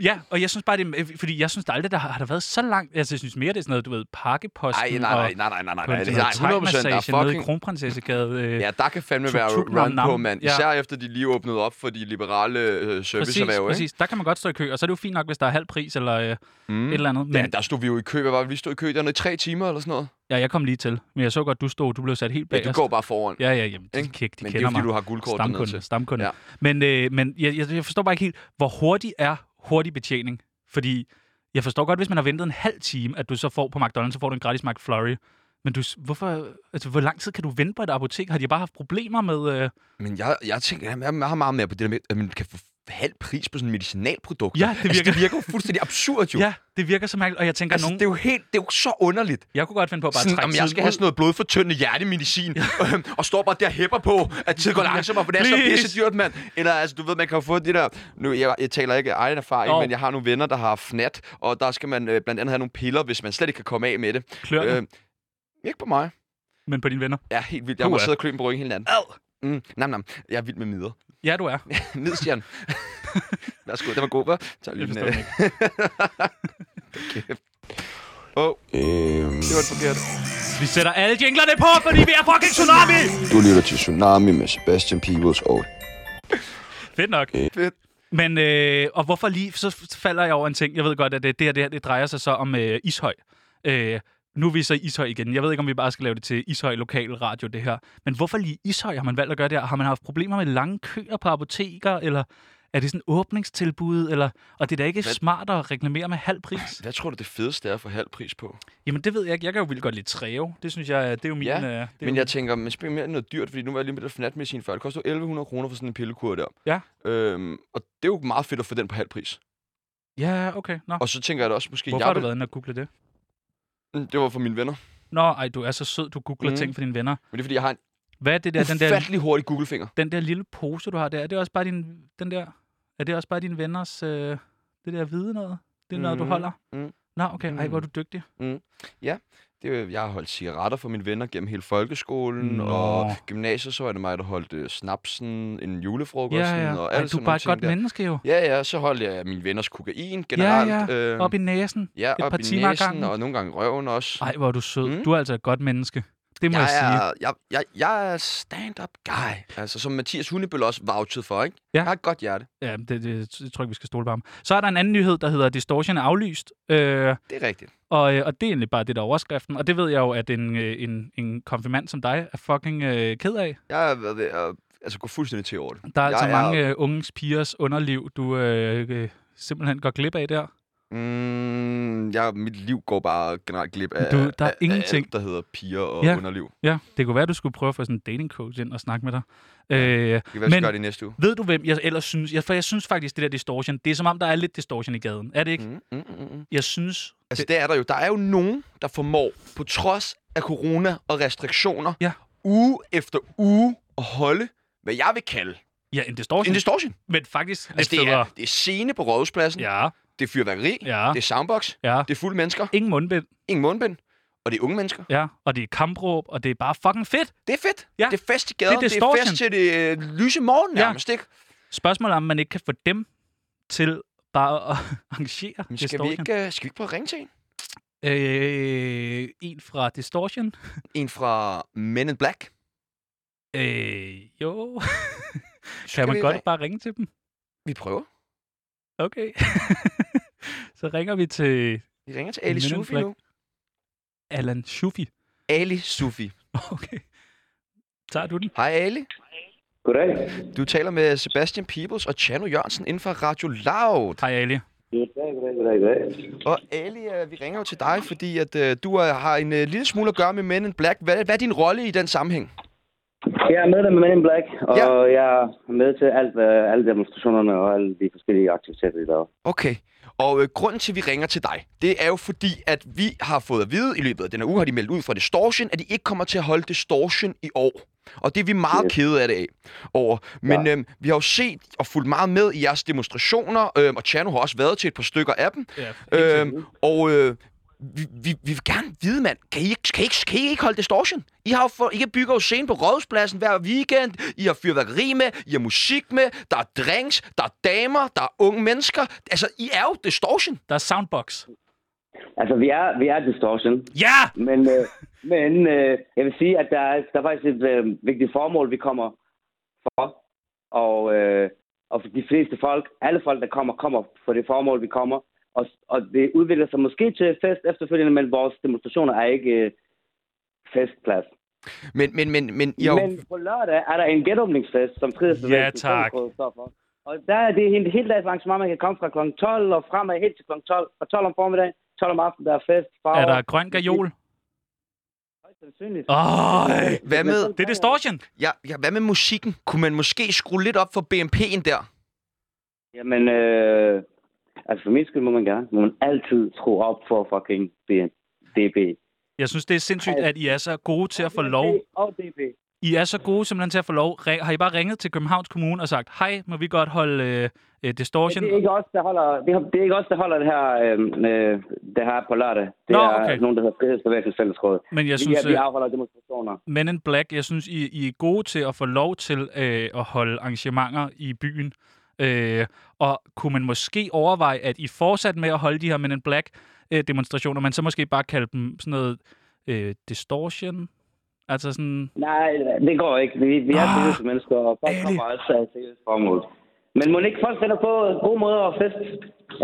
S2: ja, og jeg synes bare, det er, fordi jeg synes der aldrig, der har, har der været så langt. Altså, jeg synes mere, det er sådan noget, du ved, pakkeposten.
S1: Ej, nej, nej, nej, nej, nej, nej,
S2: og,
S1: nej,
S2: nej,
S1: det
S2: nej,
S1: er 100 procent, der er
S2: nede i
S1: fucking...
S2: Kronprinsessegade. Øh,
S1: Ja, der kan fandme være
S2: Tuk-tuk,
S1: run
S2: nam-nam.
S1: på, mand.
S2: Ja.
S1: Især efter de lige åbnede op for de liberale øh,
S2: præcis,
S1: serviceerhverv, ikke?
S2: præcis. Der kan man godt stå i kø, og så er det jo fint nok, hvis der er halv pris eller øh, mm. et eller andet. Men
S1: Ja,
S2: ja,
S1: der stod vi jo i kø. Hvad var det? Vi stod i kø dernede i tre timer eller sådan noget.
S2: ja, jeg kom lige til, men jeg så godt, du stod, du blev sat helt
S1: Ja,
S2: bagerst.
S1: du går bare foran.
S2: Ja, ja, jamen, de,
S1: Ikke?
S2: kæk, de
S1: Men det er
S2: kender
S1: jo, fordi
S2: mig.
S1: du har guldkort dernede
S2: Stamkunde,
S1: til.
S2: stamkunde. Ja.
S1: Ja.
S2: Men, øh, men jeg, jeg, jeg forstår bare ikke helt, hvor hurtig er hurtig betjening? Fordi Jeg forstår godt, hvis man har ventet en halv time, at du så får på McDonald's, så får du en gratis McFlurry. Men du, s- hvorfor, altså, hvor lang tid kan du vente på et apotek? Har de bare haft problemer med... Øh...
S1: Men jeg, jeg tænker, jeg, jeg har meget mere på det der med, at man kan få halv pris på sådan medicinalprodukter.
S2: Ja, det
S1: Altså,
S2: virker-
S1: det virker jo fuldstændig absurd, jo.
S2: Ja, det virker så mærkeligt, og jeg tænker,
S1: Altså,
S2: altså,
S1: nogen...
S2: nogen...
S1: det, er jo helt, det er jo så underligt.
S2: Jeg kunne godt finde på at bare
S1: Sådan, om
S2: trække
S1: jeg
S2: tiden
S1: skal have
S2: ud.
S1: sådan noget blodfortyndende hjertemedicin, øhm, og står bare der og hæpper på, at tid går langsommere, for det er så
S2: Please.
S1: pisse dyrt, mand. Eller altså, du ved, man kan jo få det der... Nu, jeg, jeg taler ikke af egen erfaring,
S2: Nå.
S1: men jeg har nogle venner, der har fnat, og der skal man øh, blandt andet have nogle piller, hvis man slet ikke kan komme af med det.
S2: Kløerne, øh...
S1: ikke på mig. øh,
S2: men på dine venner.
S1: Ja, helt vildt. Jeg må
S2: Puha.
S1: sidde og klø på ryggen hele natten. Mm, nam, nam. Jeg er vild med midder.
S2: Ja, du er.
S1: Midstjern. Værsgo, det var god, hva'? Tak lige den,
S2: Jeg forstår
S1: øh,
S2: det ikke.
S1: Åh,
S4: Øhm,
S1: det var det forkerte.
S2: Vi sætter alle jinglerne på, fordi vi er fucking tsunami!
S4: du lytter til Tsunami med Sebastian Peebles og
S2: Fedt nok.
S1: Fedt.
S2: Men, øh, og hvorfor lige, så falder jeg over en ting. Jeg ved godt, at øh, det, det her det, her, det drejer sig så om øh, Ishøj. Øh, nu er vi så i Ishøj igen. Jeg ved ikke, om vi bare skal lave det til Ishøj Lokal Radio, det her. Men hvorfor lige Ishøj har man valgt at gøre det her? Har man haft problemer med lange køer på apoteker, eller er det sådan åbningstilbud? Eller, og det er da ikke
S1: Hvad-
S2: smart at reklamere med halv pris.
S1: Hvad tror du, det fedeste er for halv pris på?
S2: Jamen, det ved jeg ikke. Jeg kan jo vildt godt lide træve. Det synes jeg, det er jo min...
S1: Ja,
S2: øh, det er jo
S1: Men jeg tænker, man spiller mere noget dyrt, fordi nu var jeg lige med det fnatmedicin før. Det koster jo 1100 kroner for sådan en pillekur der.
S2: Ja.
S1: Øhm, og det er jo meget fedt at få den på halv pris.
S2: Ja, okay. Nå.
S1: Og så tænker jeg da også, måske
S2: Hvorfor har
S1: jeg
S2: du været inde og google det?
S1: Mm, Det var for mine venner.
S2: Nå, ej, du er så sød, du googler
S1: Mm.
S2: mm. ting for dine venner.
S1: Men det er, fordi jeg har en
S2: Hvad er det der,
S1: ja,
S2: den der,
S1: ufattelig hurtig Google-finger.
S2: den der lille pose, du har der? Er det også bare din, den der, er det også bare din venners, øh, det der hvide noget? Det er noget, du
S1: Mm.
S2: holder?
S1: Mm.
S2: Nå, okay. Ej, hvor er
S1: Mm.
S2: du dygtig.
S1: Det, er jo- jeg har holdt cigaretter for mine venner gennem hele folkeskolen,
S2: Nå.
S1: og gymnasiet, så var det mig, der holdt øh, snapsen, en julefrokost,
S2: Ja, ja.
S1: og
S2: Ej,
S1: alt
S2: du
S1: sådan
S2: er bare
S1: nogle
S2: et
S1: ting
S2: godt
S1: der.
S2: menneske jo.
S1: Ja, ja, så holdt jeg mine venners kokain generelt. Ja,
S2: Op i næsen.
S1: ja,
S2: et
S1: op
S2: par
S1: i
S2: timer ad
S1: næsen,
S2: gangen.
S1: og nogle gange i røven også.
S2: Ej, hvor er du sød.
S1: Mm.
S2: Du er altså et godt menneske. Det må jeg, sige.
S1: er, jeg, jeg, jeg er stand-up guy. Altså, som Mathias Hundebøl også vouchede for, ikke?
S2: Ja.
S1: Jeg har et godt hjerte.
S2: Ja, det, det, det tror jeg ikke, vi skal stole på ham. Så er der en anden nyhed, der hedder Distortion er aflyst. Øh,
S1: Det er rigtigt.
S2: Og, øh, og det er egentlig bare det, der er overskriften. Og det ved jeg jo, at en, øh, en, en konfirmand som dig er fucking øh, ked af.
S1: Jeg har været ved at altså, gå fuldstændig til over det.
S2: Der er
S1: Jeg
S2: altså
S1: er-
S2: mange øh, unges pigers underliv, du øh, øh, simpelthen går glip af der.
S1: Mm, jeg, mit liv går bare generelt glip af,
S2: Du, der er
S1: af,
S2: ingenting.
S1: af alt, der hedder piger og
S2: Ja.
S1: ja. underliv.
S2: Ja, det kunne være, du skulle prøve at få sådan en dating coach ind og snakke med dig. Øh,
S1: Det kan være, vi
S2: Men-
S1: skal gøre det i næste uge.
S2: ved du, hvem jeg ellers synes? Jeg, for jeg synes faktisk, det der distortion, det er som om, der er lidt distortion i gaden. Er det ikke? Mm.
S1: Mm, mm, mm, mm.
S2: Jeg synes...
S1: Altså, det er der jo. Der er jo nogen, der formår, på trods af corona og restriktioner,
S2: Ja.
S1: uge efter uge at holde, hvad jeg vil kalde
S2: Ja, en distortion.
S1: en distortion.
S2: men faktisk
S1: Altså,
S2: lidt
S1: det er,
S2: federe.
S1: det er scene på rådhuspladsen, ja.
S2: Ja,
S1: det er fyrværkeri, ja.
S2: ja,
S1: det er soundbox,
S2: ja.
S1: det er fulde mennesker,
S2: Ingen mundbind.
S1: ingen mundbind, og det er unge mennesker.
S2: Ja, og det er kampråb, og det er bare fucking fedt.
S1: Det er fedt.
S2: Ja.
S1: Det er fest i gaden.
S2: Det er
S1: Det, det er
S2: distortion.
S1: fest til det øh, lyse morgen
S2: Ja.
S1: nærmest, ja. ikke?
S2: Spørgsmålet er, om man ikke kan få dem til bare at arrangere
S1: Men skal, vi
S2: Distortion.
S1: ikke, øh, skal vi ikke prøve at ringe til en?
S2: Øh, en fra Distortion?
S1: En fra Men in Black.
S2: Øh, jo.
S1: Skal
S2: kan man
S1: vi
S2: godt
S1: ringe?
S2: bare ringe til dem?
S1: Vi prøver.
S2: Okay. Så ringer vi til
S1: Vi ringer til
S2: Men
S1: Ali
S2: in
S1: Sufi
S2: Black.
S1: nu.
S2: Alan Shufi.
S1: Ali Sufi.
S2: Okay. Tager du den?
S1: Hej Ali.
S3: Goddag.
S1: Du taler med Sebastian Peebles og Chano Jørgensen inden for Radio Loud.
S2: Hej, Ali.
S3: Goddag, goddag, goddag, goddag.
S1: Og Ali, øh, vi ringer jo til dig, fordi at øh, du øh, har en øh, lille smule at gøre med Men in Black. Hvad, hvad er din rolle i den sammenhæng?
S3: Jeg er medlem af Men in Black, og
S1: Ja.
S3: ja. jeg er med til alt, hvad, alle demonstrationerne og alle de forskellige aktiviteter, vi laver.
S1: Okay. Og øh, grunden til, at vi ringer til dig, det er jo fordi, at vi har fået at vide i løbet af den her uge, har de meldt ud fra Distortion, at de ikke kommer til at holde Distortion i år. Og det er vi meget yes.
S3: Yes.
S1: kede af det af over. Men ja. øhm, vi har jo set og fulgt meget med i jeres demonstrationer, øhm, og Chano har også været til et par stykker af dem.
S2: Ja,
S1: Øhm, og øh, vi, vi, vi vil gerne vide, mand. Kan I, ikke- kan I, ikke- kan I ikke holde distortion? I, har jo for, I bygger jo scenen på Rådhuspladsen hver weekend. I har fyrværkeri med. I har musik med. Der er drinks. Der er damer. Der er unge mennesker. Altså, I er jo distortion.
S2: Der er Soundbox.
S3: Altså, vi er, vi er distortion,
S2: Ja!
S3: men, øh, men øh, jeg vil sige, at der er, der er faktisk et øh, vigtigt formål, vi kommer for. Og, øh, og for de fleste folk, alle folk, der kommer, kommer for det formål, vi kommer. Og, og det udvikler sig måske til fest efterfølgende, men vores demonstrationer er ikke øh, festplads.
S1: Men, men, men, men I har jo
S3: Men på lørdag er der en genåbningsfest, som Frihedsbevægelsen
S2: Ja, tak.
S3: Sundhedsråd står for. Og der er det helt, helt dags arrangement, man kan komme fra kl. 12 og fremad helt til kl. 12. Fra 12 om formiddagen, 12 om aftenen, der er fest. Farver,
S2: Er der grøn gajol?
S3: højst sandsynligt.
S2: Øj,
S1: Hvad med,
S2: det er distortion.
S1: ja, ja, hvad med musikken? Kunne man måske skrue lidt op for BMP'en der?
S3: Jamen, øh, altså for min skyld må man gerne. Må man altid tro op for fucking B- DB.
S2: Jeg synes, det er sindssygt, at I er så gode til at få lov.
S3: Og DB.
S2: I er så gode simpelthen til at få lov. Re- Har I bare ringet til Københavns Kommune og sagt, hej, må vi godt holde øh, øh, distortion?
S3: Men det er ikke os, der holder det, er- det, er ikke os, der holder det her, øh, øh, det her på lørdag. Det
S2: Nå,
S3: er
S2: okay.
S3: nogen, der hedder Frihedsbevægelsens Fællesråd.
S2: Men jeg
S3: vi,
S2: synes,
S3: vi
S2: øh,
S3: afholder demonstrationer.
S2: Men in Black, jeg synes, I, I er gode til at få lov til øh, at holde arrangementer i byen. Øh, og kunne man måske overveje, at I fortsat med at holde de her Men in Black-demonstrationer, man så måske bare kalde dem sådan noget øh, distortion? Altså sådan...
S3: Nej, det går ikke. Vi, vi er
S2: Ah,
S3: seriøse mennesker, og folk
S2: ærligt.
S3: kommer også af seriøse formål. Men må ikke folk finder på gode måder at fest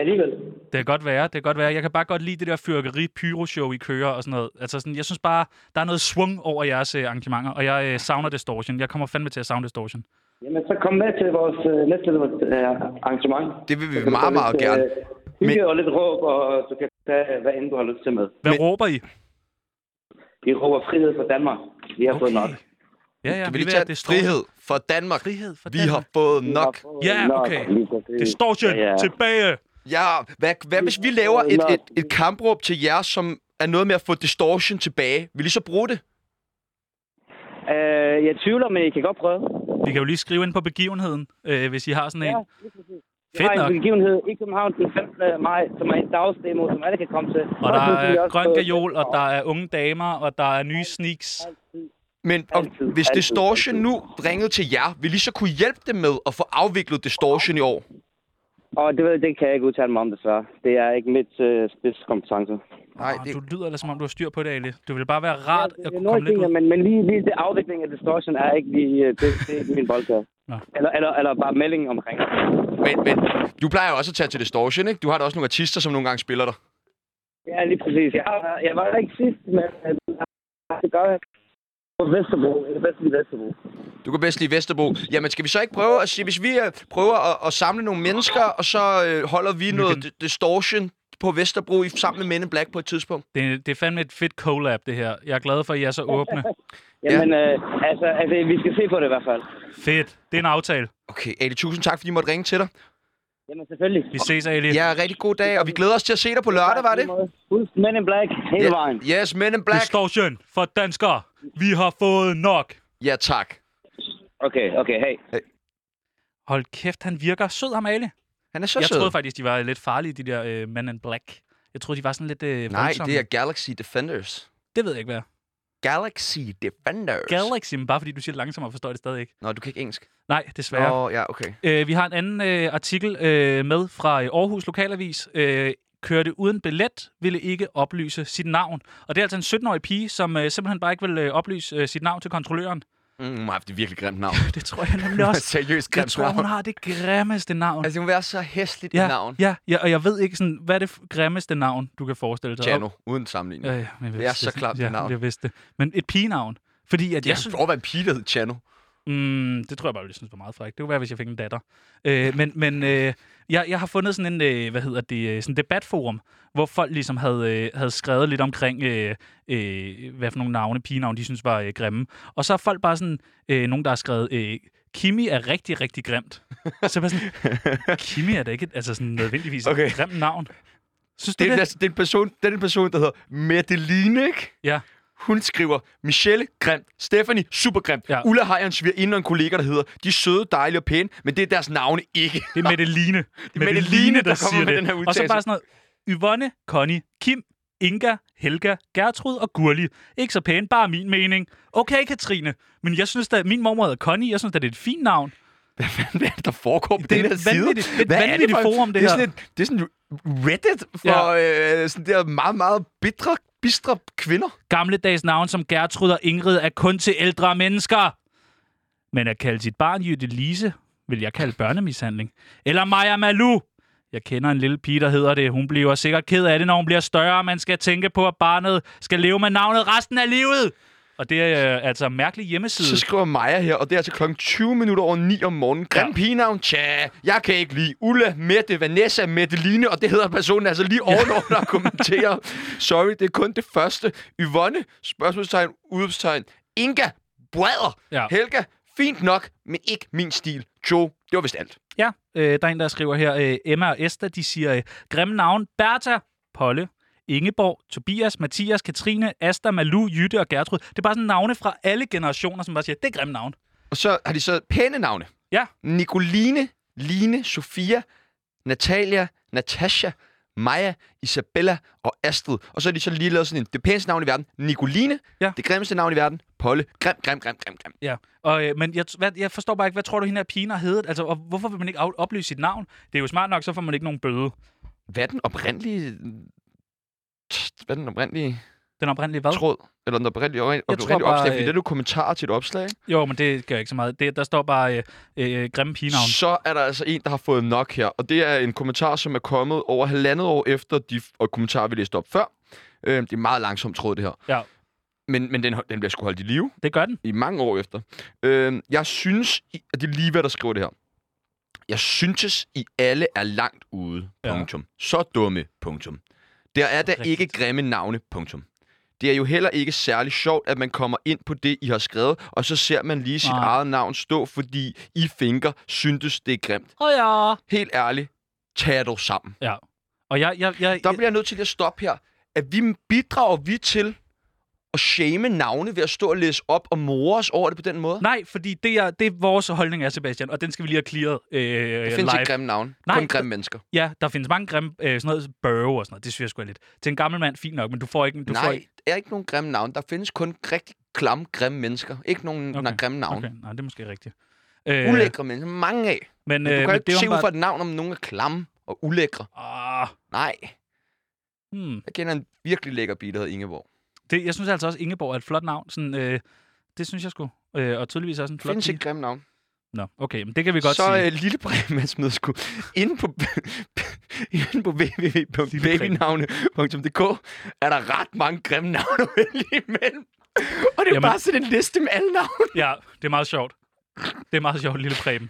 S3: alligevel?
S2: Det kan godt være, det kan godt være. Jeg kan bare godt lide det der fyrkeri pyroshow I kører og sådan noget. Altså sådan, jeg synes bare, der er noget swung over jeres øh, arrangementer, og jeg øh, savner distortion. Jeg kommer fandme til at savne distortion.
S3: Jamen, så kom med til vores øh, næste øh, arrangement.
S1: Det vil vi
S3: Så kan du
S1: meget,
S3: få
S1: meget
S3: lidt,
S1: gerne.
S3: Øh, hygge
S1: Men-
S3: og lidt råb, og du kan tage, hvad end du har lyst til med.
S2: Hvad
S1: Men-
S2: Men... råber I?
S3: Vi råber frihed for Danmark. Vi har okay. fået nok.
S2: Ja, ja,
S1: Kan vi
S2: vi
S1: lige
S2: vil have
S1: tage frihed for Danmark?
S2: Frihed for
S1: Vi
S2: Danmark.
S1: har fået
S3: Vi
S1: nok.
S3: har fået
S2: Ja,
S3: nok,
S2: okay.
S3: lige præcis.
S2: Distortion
S3: Øh, Ja, ja.
S2: tilbage!
S1: Ja, hvad, hvad hvis vi laver et, et, et kampråb til jer, som er noget med at få distortion tilbage? Vil I så bruge det?
S3: Øh, jeg tvivler, men I kan godt prøve.
S2: Vi kan jo lige skrive ind på begivenheden, øh, hvis I har sådan en.
S3: Ja,
S2: Ja.
S3: lige præcis. Vi
S2: Fedt
S3: har en
S2: nok.
S3: begivenhed i København den 15. maj, som er en dagsdemo, som alle kan komme til.
S2: Og der er grøn gajol,
S3: gajol,
S2: og der er unge damer, og der er nye sneaks.
S1: Men og
S3: Altid,
S1: hvis
S3: altid,
S1: distortion
S3: altid.
S1: nu ringede til jer, vil I så kunne hjælpe dem med at få afviklet distortion i år?
S3: Og det, ved jeg- det kan jeg ikke udtale mig om, desværre. Det er ikke mit øh, spidskompetence.
S1: Nej,
S2: Arh,
S1: det,
S2: Ah, du lyder da, som om du har styr på det, Ali. Det ville bare være rart
S3: Ja,
S2: at
S3: det er
S2: kunne
S3: nogle
S2: komme lidt
S3: ting,
S2: ud.
S3: men, men lige, lige det afvikling af distortion er ikke lige, øh, det, det er ikke min boldgade.
S2: Nå.
S3: Eller, eller, eller bare melding omkring.
S1: men, men du plejer jo også at tage til distortion, ikke? Du har da også nogle artister, som nogle gange spiller dig.
S3: Ja, lige præcis. Jeg, har, jeg var der ikke sidst, men øh, det gør jeg. På Vesterbro. Det er bedst i Vesterbro.
S1: Du kan bedst lide Vesterbro. Jamen, skal vi så ikke prøve at sige, hvis vi øh, prøver at, at samle nogle mennesker, og så øh, holder vi noget di- distortion på Vesterbro i, sammen med Men in Black på et tidspunkt?
S2: Det, det er fandme et fedt collab, det her. Jeg er glad for, at I er så åbne.
S3: Jamen, øh, altså, altså, vi skal se på det i hvert fald.
S2: fedt. Det er en aftale.
S1: Okay, Ali, tusind tak, fordi I måtte ringe til dig.
S3: Jamen, selvfølgelig.
S2: Vi ses, Ali.
S1: Ja, rigtig god dag, og vi glæder os til at se dig på lørdag, var det?
S3: Husk Men in Black hele vejen.
S1: Ja, yes, Men in Black.
S2: Distortion for danskere. Vi har fået nok.
S1: Ja, tak.
S3: Okay, okay, hey.
S2: Hold kæft, han virker sød, ham Ali.
S1: Han er så
S2: Jeg
S1: sød.
S2: troede faktisk, de var lidt farlige, de der øh, Men in Black. Jeg troede, de var sådan lidt øh,
S1: Nej,
S2: voldsomme.
S1: det er Galaxy Defenders.
S2: det ved jeg ikke, hvad er.
S1: Galaxy Defenders.
S2: Galaxy, men bare fordi du siger det langsommere, forstår jeg det stadig ikke.
S1: Nå, du kan ikke engelsk.
S2: Nej, desværre.
S1: Åh, oh, ja, okay.
S2: Øh, vi har en anden øh, artikel øh, med fra øh, Aarhus Lokalavis. Øh, kørte uden billet, ville ikke oplyse sit navn. Og det er altså en 17-årig pige, som øh, simpelthen bare ikke vil øh, oplyse øh, sit navn til kontrolløren.
S1: Mm, hun har haft et virkelig grimt navn.
S2: Det tror jeg nemlig også.
S1: Seriøst
S2: Jeg
S1: grimt
S2: tror,
S1: navn.
S2: hun har det grimmeste navn.
S1: Altså, hun vil være så hæsligt et
S2: Ja,
S1: navn.
S2: ja, ja, og jeg ved ikke, sådan, hvad er det f- grimmeste navn, du kan forestille dig?
S1: Tjano, uden sammenligning.
S2: Ja, ja, men jeg vidste
S1: Det er så klart et
S2: ja,
S1: navn.
S2: Jeg vidste det. Men et pigenavn. Fordi
S1: Jeg
S2: at jeg,
S1: synes, der var en pige, der hed Tjano.
S2: Mm, det tror jeg bare, jeg synes var meget frækt. Det kunne være, hvis jeg fik en datter. Øh, men men øh, jeg, jeg har fundet sådan en, øh, hvad hedder det, øh, sådan en debatforum, hvor folk ligesom havde, øh, havde skrevet lidt omkring, øh, øh, hvad for nogle navne, pigenavne, de synes var øh, grimme. Og så er folk bare sådan, øh, nogen der har skrevet, øh, Kimi er rigtig, rigtig grimt. Så er jeg bare sådan, Kimi er da ikke et- altså sådan nødvendigvis okay.
S1: Okay.
S2: et grimt navn. Synes du
S1: Det
S2: det?
S1: er, altså, det er en person, det er en person, der hedder Medeline, ikke?
S2: Ja.
S1: Hun skriver, Michelle, grimt. Stephanie, super grimt.
S2: Ja.
S1: Ja. Ulla har en svigerinden og en kollega, der hedder, de er søde, dejlige og pæne, men det er deres navne ikke.
S2: Det er Medeline. Det
S1: Mette Line, der kommer med den her
S2: Og så
S1: udtalelse.
S2: bare sådan noget, Yvonne, Connie, Kim, Inga, Helga, Gertrud og Gurli. Ikke så pæn, bare min mening. Okay, Katrine, men jeg synes da, min mormor hedder Connie, jeg synes da, det er et fint navn.
S1: Hvad er det, der foregår på
S2: Det er
S1: den her
S2: et
S1: side?
S2: vanvittigt- det er et
S1: Hvad
S2: vanvittigt
S1: for-
S2: forum, det
S1: det er
S2: her.
S1: Sådan et, det er sådan Reddit for øh, sådan der meget, meget bitre, bistre kvinder.
S2: Mm. Gamledags navn som Gertrud og Ingrid er kun til ældre mennesker. Men at kalde sit barn Jytte Lise, vil jeg kalde børnemishandling. Eller Maja Malu. Jeg kender en lille pige, der hedder det. Hun bliver sikkert ked af det, når hun bliver større. Man skal tænke på, at barnet skal leve med navnet resten af livet. Og det er øh, altså en mærkelig
S1: Så
S2: hjemmeside.
S1: skriver Maja her, og det er altså klokken 20 minutter over 9 om morgenen. Grim ja.
S2: Ja.
S1: pigenavn? Tja, jeg kan ikke lide. Ulla, Mette, Vanessa, Metteline, og det hedder personen altså lige ovenover, der kommenterer. Sorry, det er kun det første. Yvonne, spørgsmålstegn, udopstegn. Inga, brædder.
S2: Ja.
S1: Helga, fint nok, men ikke min stil. Joe, det var vist alt.
S2: Ja, øh, der er en, der skriver her, øh, Emma og Esther, de siger øh, grimme navn, Bertha, Polle, Ingeborg, Tobias, Mathias, Katrine, Asta, Malu, Jytte og Gertrud. Det er bare sådan navne fra alle generationer, som bare siger, det er grimme navn.
S1: Og så har de så pæne navne.
S2: Ja.
S1: Nicoline, Line, Sofia, Natalia, Natasha, Maja, Isabella og Astrid. Og så har de så lige lavet sådan en, det pæneste navn i verden, Nicoline.
S2: Ja.
S1: Det grimmeste navn i verden, Polle. Grim, grim, grim, grim, grim.
S2: Ja, og, øh, men jeg, hvad, jeg forstår bare ikke, hvad tror du, hende her pigen har heddet? Altså, og hvorfor vil man ikke af- oplyse sit navn? Det er jo smart nok, så får man ikke nogen bøde.
S1: Hvad er den oprindelige... Tst, Hvad er den oprindelige
S2: Den oprindelige hvad?
S1: tråd? Eller den oprindelige, oprindelige,
S2: tror
S1: oprindelige
S2: bare,
S1: opslag? Fordi
S2: øh,
S1: det er jo kommentarer til et opslag, ikke?
S2: Jo, men det gør ikke så meget. Det, der står bare øh, øh, grimme pigenavn.
S1: Så er der altså en, der har fået nok her, og det er en kommentar, som er kommet over halvandet år efter de f- og kommentarer, vi læste op før. Øh, det er meget langsomt tråd, det her.
S2: Ja.
S1: Men, men den, ho- den bliver sgu holdt i live
S2: Det gør den.
S1: i mange år efter. Øh, jeg synes, i, og det er lige hvad der skriver det her. Jeg syntes, I alle er langt ude.
S2: Ja.
S1: Punktum. Så dumme. Punktum. Der er da
S2: Rigtigt.
S1: ikke grimme navne. Punktum. Det er jo heller ikke særlig sjovt, at man kommer ind på det, I har skrevet, og så ser man lige sit
S2: Nej.
S1: eget navn stå, fordi I finker syntes, det er grimt
S2: Åh ja.
S1: helt ærligt, tag jer dog sammen.
S2: Ja. Og jeg, jeg, jeg,
S1: Der bliver jeg nødt til lige at stoppe her. At vi bidrager vi til at shame navne ved at stå og læse op og more os over det på den måde?
S2: Nej, fordi det er, det er vores holdning er, Sebastian, og den skal vi lige have clearet øh,
S1: Der
S2: live.
S1: findes ikke grimme navne.
S2: Nej,
S1: Kun grimme mennesker.
S2: Ja, der findes mange grimme, øh, sådan noget børge og sådan noget. Det synes jeg sgu er lidt. Til en gammel mand, fint nok, men du får ikke... Du Får
S1: Nej,
S2: ikke,
S1: der er ikke nogen grimme navne. Der findes kun rigtig klamme, grimme mennesker. Ikke nogen
S2: Okay,
S1: okay. grimme navne.
S2: okay, nej, det er måske rigtigt. Øh,
S1: Okay. Ulækre mennesker. Mange af.
S2: Men,
S1: Men
S2: øh,
S1: du kan
S2: men
S1: jo ikke
S2: det
S1: se
S2: er
S1: ud
S2: jo
S1: fra
S2: bare...
S1: et navn, om nogen er klamme og ulækre.
S2: Ah,
S1: Nej.
S2: hmm.
S1: Jeg kender en virkelig lækker bil, der hedder Ingeborg.
S2: det, jeg synes altså også, Ingeborg er et flot navn. Sådan, øh, det synes jeg sgu. Øh, og tydeligvis også en
S1: Der
S2: flot
S1: findes
S2: pige.
S1: ikke grimme navne.
S2: Nå, okay, men det kan vi godt
S1: så
S2: sige.
S1: øh, lille Preben, han smed sgu inde på, inde på www.babynavne.dk er der ret mange grimme navne at vælge imellem. Og det er Jamen.
S2: Jamen.
S1: bare sådan en liste med alle navne.
S2: Ja, det er meget sjovt. Det er meget sjovt, lille Preben.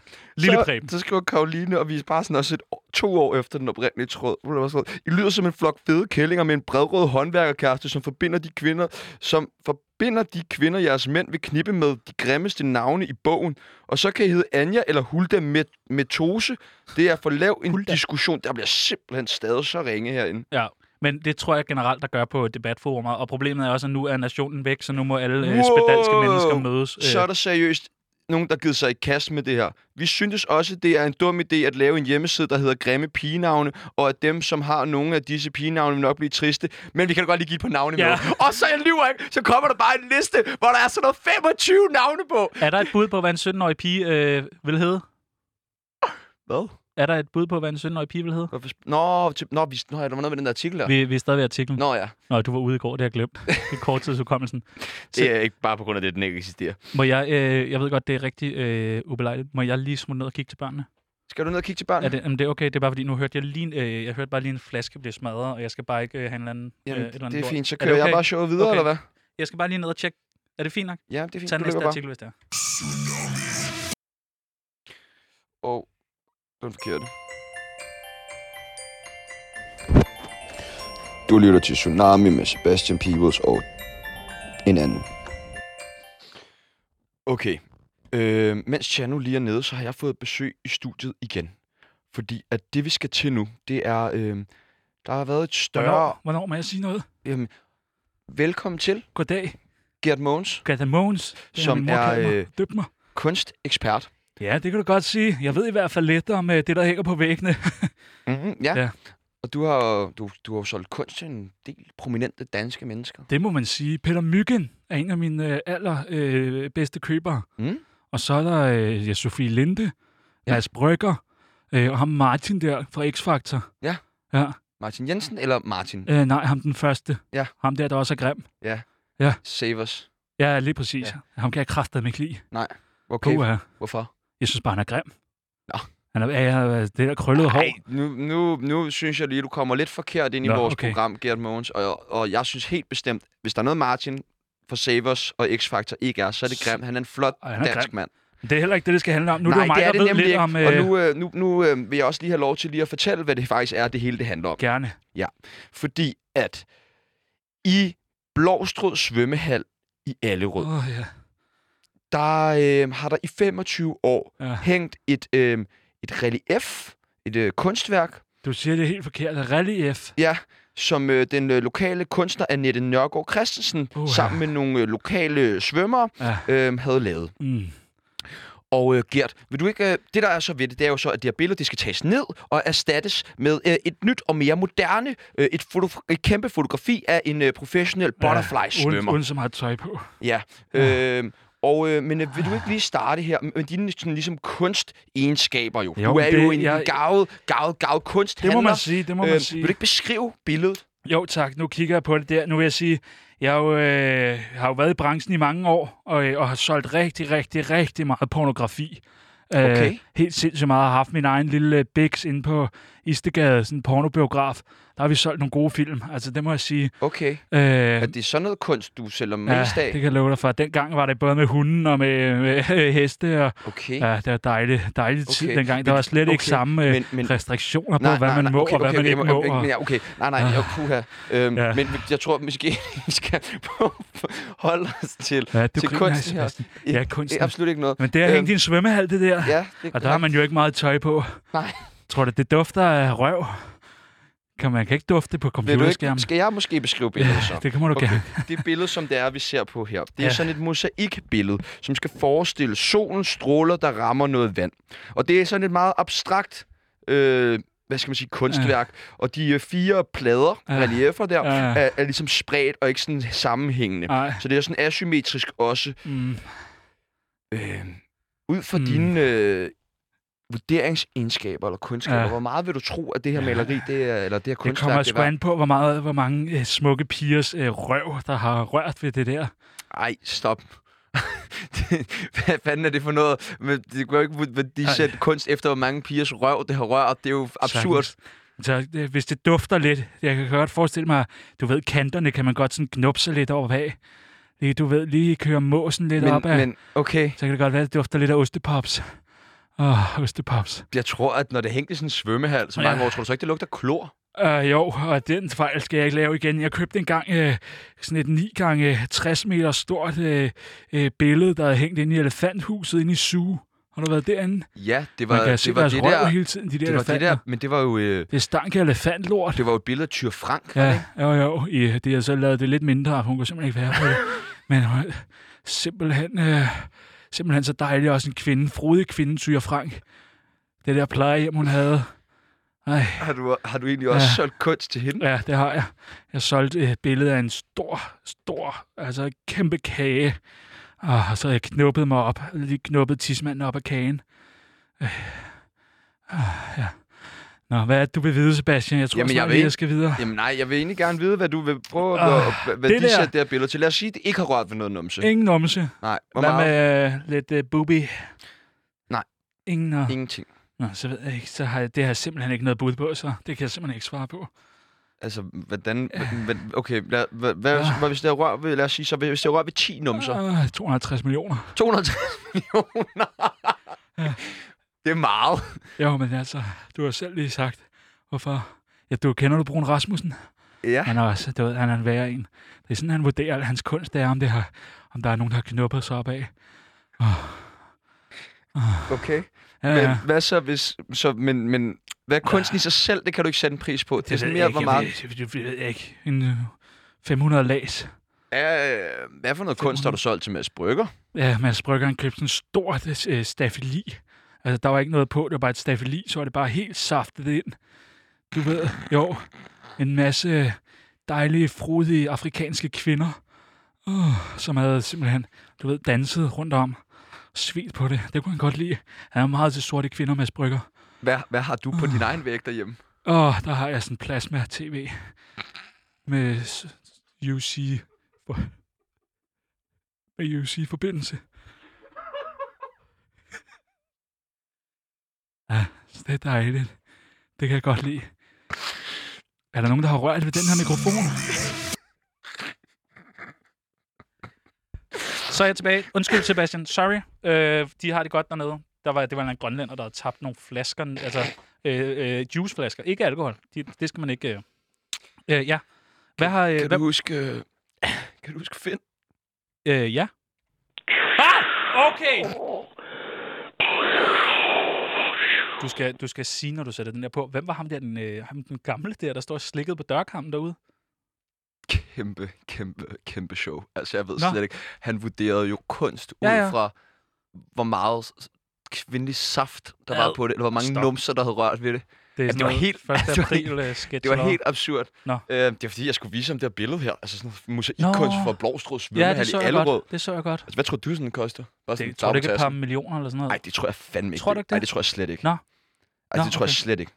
S2: Lille
S1: så,
S2: Preben.
S1: Så skriver Karoline, og vi er bare sådan også et, år- to år efter den oprindelige tråd. Hvor der var sådan, I lyder som en flok fede kællinger med en bredrød håndværkerkæreste, som forbinder de kvinder, som forbinder de kvinder, jeres mænd vil knippe med de grimmeste navne i bogen. Og så kan I hedde Anja eller Hulda Met- Metose. Det er for lav en
S2: Hulda.
S1: diskussion. Der bliver simpelthen stadig så ringe herinde.
S2: Ja, men det tror jeg generelt, der gør på debatforumer. Og problemet er også, at nu er nationen væk, så nu må alle wow. spedalske
S1: Wow!
S2: mennesker mødes. øh,
S1: Så er der seriøst nogen, der har givet sig i kast med det her. Vi synes også, det er en dum idé at lave en hjemmeside, der hedder Grimme Pigenavne, og at dem, som har nogle af disse pigenavne, vil nok blive triste. Men vi kan da godt lige give et par navne
S2: Ja.
S1: ja. med. Og så jeg lyver ikke, så kommer der bare en liste, hvor der er sådan noget 25 navne på.
S2: Er der et bud på, hvad en 17-årig pige øh, vil hedde?
S1: Hvad?
S2: Er der et bud på, hvad en 17-årig pige vil hedde?
S1: Hvorfor sp- Nå, til, nå, vi, nå, ja, der var noget med den der artikel der.
S2: Vi, vi er stadig ved artiklen.
S1: Nå ja,
S2: Nå, du var ude i går, det har jeg glemt. I korttidsudkommelsen.
S1: det er ikke bare på grund af det, den ikke eksisterer.
S2: Må jeg, øh, jeg ved godt, det er rigtig øh, ubelejligt. Må jeg lige smutte ned og kigge til børnene?
S1: Skal du ned og kigge til børnene?
S2: Er det, jamen, det er okay, det er bare fordi, nu hørte jeg lige, øh, jeg hørte bare lige en flaske blive smadret, og jeg skal bare ikke øh, have en eller anden,
S1: Jamen,
S2: øh, et eller andet
S1: det er
S2: lort.
S1: fint, så
S2: det
S1: kører jeg
S2: okay?
S1: bare showet videre,
S2: Okay.
S1: eller hvad?
S2: Jeg skal bare lige ned og tjekke. Er det fint nok?
S1: Ja, det er fint,
S2: Tag
S1: du
S2: næste
S1: løber bare.
S2: artikel, hvis det er.
S1: Og den forkerte.
S4: Du lytter til Tsunami med Sebastian Peebles og en anden.
S1: Okay. Øh, mens jeg nu lige er nede, så har jeg fået besøg i studiet igen. Fordi at det, vi skal til nu, det er... Øh, der har været et større...
S2: Hvornår, hvornår må jeg sige noget?
S1: Jamen, velkommen til,
S2: Goddag,
S1: Gert Mogens,
S2: Gata Mogens. Det
S1: Som
S2: min mor
S1: er,
S2: kalder mig.
S1: øh,
S2: Døb mig.
S1: kunstekspert.
S2: Ja, det kan du godt sige. Jeg ved i hvert fald lidt om øh, det, der hænger på væggene.
S1: Mm-hmm, ja.
S2: Ja.
S1: ja. Og du har, du, du har jo solgt kunst til en del prominente danske mennesker.
S2: Det må man sige. Peter Myggen er en af mine øh, aller øh, bedste købere.
S1: Mm?
S2: Og så er der øh, ja, Sofie Linde, ja.
S1: Ja.
S2: Mads Brygger, øh, og ham Martin der fra X-Factor.
S1: Ja.
S2: ja.
S1: Martin Jensen eller Martin
S2: Øh, nej, ham den første.
S1: Ja.
S2: Ham der, der også er grim.
S1: Savers?
S2: Ja, lige præcis.
S1: Ja.
S2: Ja. Ham kan jeg kraftedeme ikke lide.
S1: Okay,
S2: Uha.
S1: hvorfor?
S2: Jeg synes bare, han er grim.
S1: Nå.
S2: Han er, ja, ja, det der krøllede hår.
S1: Ej, nu, nu, nu synes jeg lige, du kommer lidt forkert ind i
S2: Nå,
S1: vores
S2: okay.
S1: program, Gert Mogens. Og, og jeg synes helt bestemt, hvis der er noget, Martin for Savers og X-Factor ikke er, så er det grimt. Han er en flot
S2: Ej,
S1: Ej,
S2: han er
S1: dansk
S2: grim.
S1: mand.
S2: Det er heller ikke det, det skal handle om. Nu
S1: Nej,
S2: er det jo mig,
S1: det er det
S2: der ved
S1: nemlig
S2: lidt
S1: ikke.
S2: om...
S1: Og nu, øh, nu, nu øh, vil jeg også lige have lov til lige at fortælle, hvad det faktisk er, det hele det handler om.
S2: Gerne.
S1: Fordi at i Blåstrød Svømmehal i Allerød,
S2: Oh, ja.
S1: der øh, har der i 25 år
S2: Ja.
S1: hængt et, øh, et relief, et øh, kunstværk,
S2: Du siger det helt forkert. Relief.
S1: ja, som øh, den øh, lokale kunstner Annette Nørgaard Christensen
S2: Uha.
S1: sammen med nogle øh, lokale svømmere
S2: Ja.
S1: øh, havde lavet.
S2: Mm.
S1: Og øh, Gert, vil du ikke, øh, det der er så ved det, det er jo så, at de her billeder, de skal tages ned og erstattes med øh, et nyt og mere moderne, øh, et, foto- et kæmpe fotografi af en øh, professionel butterfly-svømmer.
S2: Uden, uden så meget tøj på.
S1: Ja. Øh, og, øh, men øh, vil du ikke lige starte her med dine sådan, ligesom kunstegenskaber jo?
S2: Jo,
S1: jo du er
S2: det-
S1: jo en
S2: jeg-
S1: jeg... gavet, gavet, gavet kunsthandler.
S2: Det må man sige, det må man sige.
S1: Øh, Vil du ikke beskrive billedet?
S2: Jo tak, nu kigger jeg på det der. Nu vil jeg sige, jeg er jo, øh, har jo været i branchen i mange år, og, øh, og har solgt rigtig, rigtig, rigtig meget pornografi. Øh,
S1: Okay.
S2: helt sindssygt meget. Jeg har haft min egen lille øh, biks inde på Istegade, sådan en pornobiograf. Der har vi solgt nogle gode film, altså det må jeg sige.
S1: Okay.
S2: Øh,
S1: Er det sådan noget kunst, du sælger
S2: ja,
S1: mest
S2: det
S1: af?
S2: kan jeg love dig for. Dengang var det både med hunden og med, med heste, og
S1: Okay.
S2: ja, det var dejligt, dejligt tid
S1: Okay.
S2: dengang. Der
S1: Men-
S2: var slet ikke
S1: okay,
S2: samme øh,
S1: men- men-
S2: restriktioner på, hvad man må og hvad man ikke
S1: jeg
S2: må.
S1: jeg-
S2: og-
S1: men ja, okay, nej, nej, jeg, puha. Øhm,
S2: Ja.
S1: ja. Men jeg tror måske, vi skal holde os til,
S2: Ja, du
S1: til
S2: griner,
S1: kunsten her.
S2: Sebastian. Ja, kunsten.
S1: Det er absolut ikke noget.
S2: Men det har hængt i
S1: Øhm,
S2: en svømmehal, det der.
S1: Ja, det
S2: Og der har man jo ikke meget tøj på.
S1: Nej.
S2: Tror du, det dufter af røv? Kan man kan ikke dufte på
S1: Vil du ikke,
S2: computerskærmen.
S1: skal jeg måske beskrive billedet så?
S2: Ja, det kan man jo
S1: Okay.
S2: gerne.
S1: Det billede, som det er, vi ser på her, det er
S2: Ja.
S1: ja. sådan et mosaikbillede, som skal forestille solens stråler, der rammer noget vand. Og det er sådan et meget abstrakt, øh, hvad skal man sige, kunstværk. Ja. Og de øh, fire plader,
S2: Ja.
S1: ja. reliefer der,
S2: Ja.
S1: ja. er, er ligesom spredt og ikke sådan sammenhængende. Ja.
S2: Nej.
S1: Så det er sådan asymmetrisk også.
S2: Mm.
S1: Øh, ud fra
S2: Mm.
S1: mm. dine øh, vurderingsegenskaber eller kundskaber,
S2: Ja.
S1: ja. hvor meget vil du tro, at det her
S2: Ja.
S1: maleri, det er, eller det her
S2: Det
S1: kunstværk,
S2: kommer
S1: det
S2: sgu an på, hvor, meget, hvor mange øh, smukke pigers øh, røv, der har rørt ved det der.
S1: Ej, stop. Det- Hvad fanden er det for noget? Men det går jo ikke
S2: Ej.
S1: værdi sætte kunst efter, hvor mange pigers røv det har rørt. Det er jo absurd.
S2: Sagtens. Så øh, hvis det dufter lidt, jeg kan godt forestille mig, du ved, kanterne kan man godt sådan knupse lidt over bag. Lige, du ved, lige køre måsen lidt op af.
S1: Men, men okay,
S2: Så kan det godt være, at det dufter lidt af ostepops. Åh, oh, ostepops.
S1: jeg tror, at når det hængte i sådan en svømmehal så
S2: Ja.
S1: mange år, tror du så ikke, det lugter klor?
S2: Uh, jo, og den fejl skal jeg ikke lave igen. Jeg købte engang uh, sådan et 9 gange 60 meter stort uh, uh, billede, der havde hængt inde i elefanthuset inde i Zoo. Har du været derinde?
S1: Ja, det
S2: Man
S1: var
S2: kan
S1: det,
S2: se
S1: var
S2: deres
S1: det
S2: røv
S1: der.
S2: hele tiden, de der
S1: Det var det
S2: elefanter.
S1: der, men det var jo øh,
S2: det stank af elefantlort.
S1: det var jo et billede af Tyr Frank.
S2: Ja, jo, jo. I, det har så lavet det lidt mindre. Hun kunne simpelthen ikke være på det. Men hun, simpelthen, øh, simpelthen så dejlig. Også en kvinde, frodig kvinde, Tyre Frank. Det der plejehjem, hun havde. Ej.
S1: Har du, har du egentlig også
S2: Ja.
S1: solgt kunst til hende?
S2: Ja, det har jeg. Jeg solgte et billede af en stor, stor, altså kæmpe kage. Og så jeg knuppet mig op, lige knuppet tismanden op af kagen. Øh. Ah, ja. Nå, hvad er det, du vil vide, Sebastian? Jeg tror
S1: Jamen,
S2: Jamen,
S1: jeg
S2: snart,
S1: ved
S2: jeg, jeg
S1: ikke.
S2: skal videre.
S1: Jamen nej, jeg vil egentlig gerne vide, hvad du vil prøve at,
S2: Ah,
S1: uh, hvad det
S2: det der.
S1: de sætter det her billede til. Lad os sige, at det ikke har rørt ved noget numse.
S2: Ingen numse.
S1: Nej, hvor
S2: Hvad
S1: meget?
S2: med øh, lidt øh, booby?
S1: Nej.
S2: Ingen, nå.
S1: Ingenting.
S2: nå, så ved jeg ikke. Så har jeg, det har jeg simpelthen ikke noget bud på, så det kan jeg simpelthen ikke svare på.
S1: Altså, hvordan... Hvad, okay, lad, hvad, hvad,
S2: Ah.
S1: hvad, hvis det rør ved... Lad os sige, så hvis det rør ved 10 numser.
S2: Ah, 250 millioner.
S1: 250 millioner.
S2: Ah.
S1: det er meget.
S2: Jo, men altså, du har selv lige sagt, hvorfor... Ja, du kender du Brun Rasmussen?
S1: Ja.
S2: Han er også, du ved, han er en værre en. Det er sådan, han vurderer al hans kunst, det er, om, det har, om der er nogen, der har knuppet sig op af. Ah.
S1: Okay.
S2: Ja,
S1: Men,
S2: ja.
S1: hvad så hvis... Så, men, men hvad er kunsten i sig selv? Det kan du ikke sætte en pris på. Det, er sådan
S2: Ah. ved
S1: mere,
S2: jeg
S1: hvor
S2: ikke,
S1: meget...
S2: Jeg ved, jeg ved, jeg ved ikke. En øh, 500 lags.
S1: Ja, hvad for noget kunst har du solgt til Mads Brygger?
S2: Ja, Mads Brygger, han købte sådan en stort øh, stafeli. Altså, der var ikke noget på, det var bare et stafeli, så var det bare helt saftet ind. Du ved, jo, en masse dejlige, frodige afrikanske kvinder, uh, som havde simpelthen, du ved, danset rundt om. Svedt på det, det kunne han godt lide. Han er meget til sorte kvinder, Mads Brygger.
S1: Hvad, hvad har du
S2: Ah.
S1: på din egen væg derhjemme?
S2: Åh, der har jeg sådan plasma-tv. Med s- s- UC... For, med UC-forbindelse. Ja, så det er dejligt. Det kan jeg godt lide. Er der nogen, der har rørt ved den her mikrofon? Så er jeg tilbage. Undskyld, Sebastian. Sorry. Øh, de har det godt dernede. Der var, det var en eller anden grønlænder, der havde tabt nogle flasker, altså øh, øh, juiceflasker. Ikke alkohol. De, det skal man ikke... Øh. Øh, ja. Hvad har... Øh,
S1: Kan
S2: hvad,
S1: du huske... øh, Kan du huske Finn?
S2: øh, ja. Ah! Okay! Du skal, du skal sige, når du sætter den der på. Hvem var ham der, den, øh, ham den gamle der, der står slikket på dørkammen derude?
S1: Kæmpe, kæmpe, kæmpe show. Altså, jeg ved
S2: Nå.
S1: Nå. slet ikke. Han vurderede jo kunst ud
S2: Ja,
S1: ja,
S2: ja.
S1: ja. fra, hvor meget s- kvindelig saft, der
S2: Ad.
S1: var på det, eller hvor mange
S2: Stop.
S1: Stop. numser, der havde rørt ved det.
S2: Altså, Det, er sådan
S1: det var
S2: noget
S1: helt-
S2: 1.
S1: det var helt-
S2: april øh, sketch.
S1: Det var
S2: eller hvad?
S1: helt absurd.
S2: Nå.
S1: Øh, det var fordi, jeg skulle vise ham det her billede her. Altså sådan noget
S2: Nå.
S1: mosaikkunst fra Blåstrød
S2: Ja,
S1: svømmehal
S2: det så
S1: i
S2: jeg
S1: Allerød.
S2: godt. Det så jeg godt.
S1: Altså, hvad tror du, sådan den koster? Bare
S2: Det, tror du ikke et par millioner eller sådan noget?
S1: Nej, det tror jeg fandme ikke.
S2: Tror du ikke
S1: Nej,
S2: det?
S1: det tror jeg slet ikke.
S2: Nå.
S1: Ej,
S2: Nå,
S1: det tror jeg
S2: okay.
S1: slet ikke.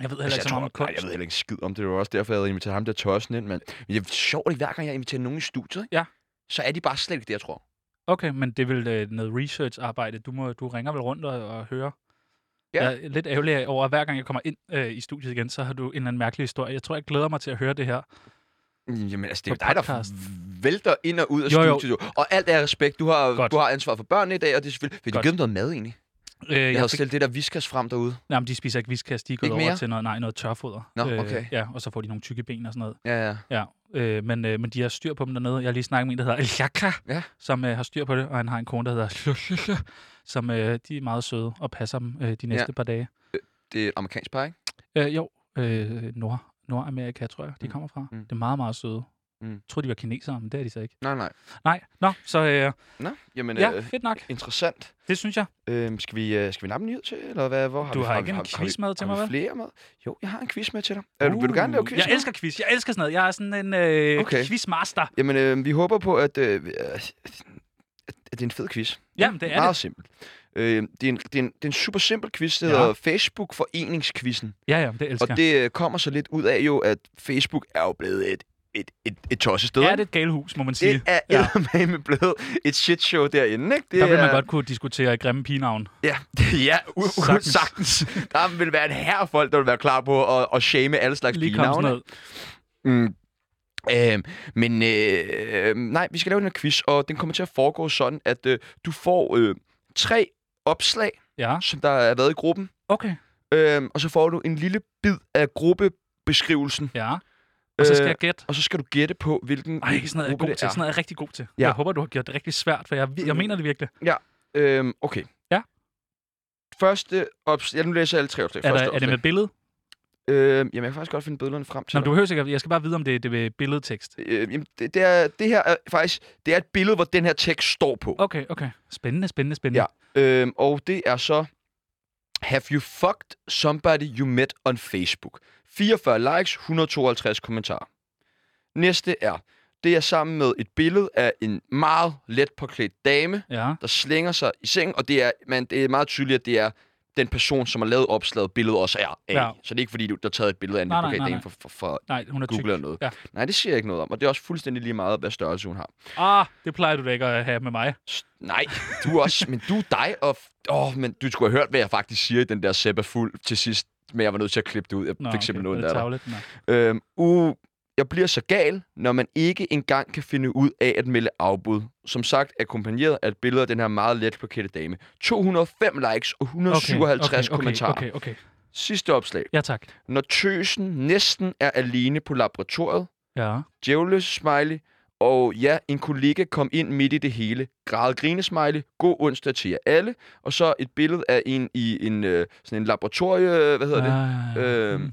S2: Jeg ved heller
S1: Altså,
S2: ikke
S1: jeg,
S2: så meget
S1: tror, nej,
S2: om kunst.
S1: jeg ved heller ikke en skid om det. Det var også derfor, jeg havde inviteret ham der tossen ind. Men men det er sjovt, ikke? hver gang jeg inviterer nogen i studiet, ikke?
S2: Ja.
S1: så er de bare slet ikke det, jeg tror.
S2: Okay, men det er vel øh, noget research-arbejde. Du, må, du ringer vel rundt og, og hører.
S1: Ja.
S2: Jeg er lidt ærgerlig over, at hver gang jeg kommer ind øh, i studiet igen, så har du en eller anden mærkelig historie. Jeg tror, jeg glæder mig til at høre det her. Øh,
S1: Jamen, altså, det er
S2: På
S1: jo dig, der
S2: podcast.
S1: vælter ind og ud af
S2: Jo, jo.
S1: studiet. jo. Og alt er respekt. Du har,
S2: Godt.
S1: du har ansvar for børnene i dag, og det er selvfølgelig... Vil du
S2: Godt.
S1: give dem noget mad, egentlig?
S2: Øh,
S1: Jeg, jeg
S2: jeg
S1: havde
S2: fik,
S1: stillet det der viskas frem derude.
S2: nej, men de spiser ikke viskas. De er gået
S1: Ikke
S2: over
S1: mere?
S2: til noget, nej, noget tørfoder. Øh,
S1: Nå, okay.
S2: ja, og så får de nogle tykke ben og sådan noget.
S1: Ja, ja.
S2: Ja, øh, men, øh, men de har styr på dem dernede. Jeg har lige snakket med en, der hedder Aljaka,
S1: Ja.
S2: som øh, har styr på det, og han har en kone, der hedder som øh, de er meget søde og passer dem øh, de næste ja. par dage.
S1: Det er et amerikansk par, ikke?
S2: Øh, jo, øh, Nord, Nordamerika, tror jeg, de
S1: Mm.
S2: kommer fra. Mm.
S1: Mm.
S2: Det er meget, meget søde. Mm.
S1: Mm.
S2: Jeg troede, de var kinesere, men det er de så ikke.
S1: Nej, nej.
S2: Nej, nå, så øh,
S1: Nå, jamen...
S2: ja,
S1: Øh,
S2: fedt nok.
S1: interessant.
S2: Det synes jeg.
S1: Øhm, skal, vi, øh, skal vi nappe en nyhed til, eller hvad? Hvor har
S2: Du
S1: vi,
S2: har ikke
S1: vi,
S2: en
S1: vi-
S2: quiz
S1: vi-
S2: med til
S1: har
S2: mig,
S1: vi
S2: vel?
S1: flere med? Jo, jeg har en quiz med til dig. Er du, vil du gerne lave
S2: Uh,
S1: quiz?
S2: Jeg
S1: med?
S2: elsker quiz. Jeg elsker sådan noget. Jeg er sådan en øh, okay.
S1: Okay.
S2: quizmaster.
S1: Jamen, øh, vi håber på, at, øh, vi- øh, at at det er en fed quiz.
S2: Jamen, det er
S1: Meget
S2: det.
S1: simpelt. Øh, det, er en, det, er en, det er en super simpel quiz, det
S2: Ja.
S1: hedder Facebook-foreningsquizzen.
S2: Ja, ja, det elsker
S1: Og
S2: jeg.
S1: det øh, kommer så lidt ud af jo, at Facebook er jo blevet et, et, et, et tosset sted.
S2: Er det et galehus, må man sige?
S1: det er
S2: Ja.
S1: ja. med blevet et shit show derinde, ikke? Det
S2: Der vil
S1: er,
S2: man godt kunne diskutere grimme pigenavn.
S1: Ja, ja u-
S2: Sagtens.
S1: sagtens. sagtens. Der vil være en herre folk, der vil være klar på at, at shame alle slags
S2: Lige kom sådan
S1: pigenavne.
S2: noget.
S1: Mm. Øh, men øh, nej, vi skal lave den her quiz, og den kommer til at foregå sådan, at øh, du får øh, tre opslag,
S2: Ja,
S1: som der er været i gruppen,
S2: okay.
S1: øh, og så får du en lille bid af gruppebeskrivelsen,
S2: Ja. Og så skal
S1: Øh,
S2: jeg gætte.
S1: og så skal du gætte på, hvilken
S2: Ej, sådan noget er jeg
S1: gruppe
S2: god
S1: det
S2: til.
S1: er.
S2: Sådan noget er jeg rigtig god til.
S1: Ja. Mm.
S2: Jeg håber, du har gjort det rigtig svært, for jeg, jeg mener det virkelig.
S1: Øhm, okay.
S2: Ja.
S1: Første opslag. Ja, nu læser jeg alle tre opslag.
S2: Er, der,
S1: Første
S2: er det med
S1: opslag.
S2: billede?
S1: Øhm, jamen, jeg kan faktisk godt finde billederne frem til
S2: Nå,
S1: dig.
S2: men du behøver sikkert. Jeg skal bare vide, om det, det er med billedtekst.
S1: Øh, jamen, det, det, er, det her er faktisk det er et billede, hvor den her tekst står på.
S2: Okay, okay. Spændende, spændende, spændende.
S1: Ja. Øhm, og det er så... Have you fucked somebody you met on Facebook? 44 likes, 152 kommentarer. Næste er... Det er sammen med et billede af en meget let påklædt dame,
S2: Ja,
S1: der slænger sig i sengen, og det er, man, det er meget tydeligt, at det er den person, som har lavet opslaget, billedet også er af.
S2: Ja.
S1: Ja. Så det er ikke fordi, du der har taget et billede af en
S2: Nej,
S1: let
S2: nej,
S1: påklædt
S2: nej,
S1: dame fra, fra, fra
S2: nej, hun er tyk.
S1: Google eller noget.
S2: Ja.
S1: Nej, det siger jeg ikke noget om, og det er også fuldstændig lige meget, hvad størrelse hun har.
S2: Ah, det plejer du da ikke at have med mig.
S1: S- Nej, du er også, men du er dig, og f- åh, men du skulle have hørt, hvad jeg faktisk siger i den der Seppa fuld til sidst, men jeg var nødt til at klippe det ud. Jeg fik simpelthen noget af
S2: tavlet. Nå.
S1: det. Øhm, uh, jeg bliver så gal, når man ikke engang kan finde ud af at melde afbud. Som sagt, akkompagneret af et billede af den her meget let plakette dame. 205 likes og 157
S2: okay,
S1: kommentarer.
S2: Okay, okay, okay.
S1: Sidste opslag.
S2: Ja, tak.
S1: Når tøsen næsten er alene på laboratoriet,
S2: Ja.
S1: djævløs smiley, og ja, en kollega kom ind midt i det hele. Græd grine smiley, god onsdag til jer alle, og så et billede af en i en, øh, sådan en laboratorie, hvad hedder det,
S2: Øh,
S1: Øhm,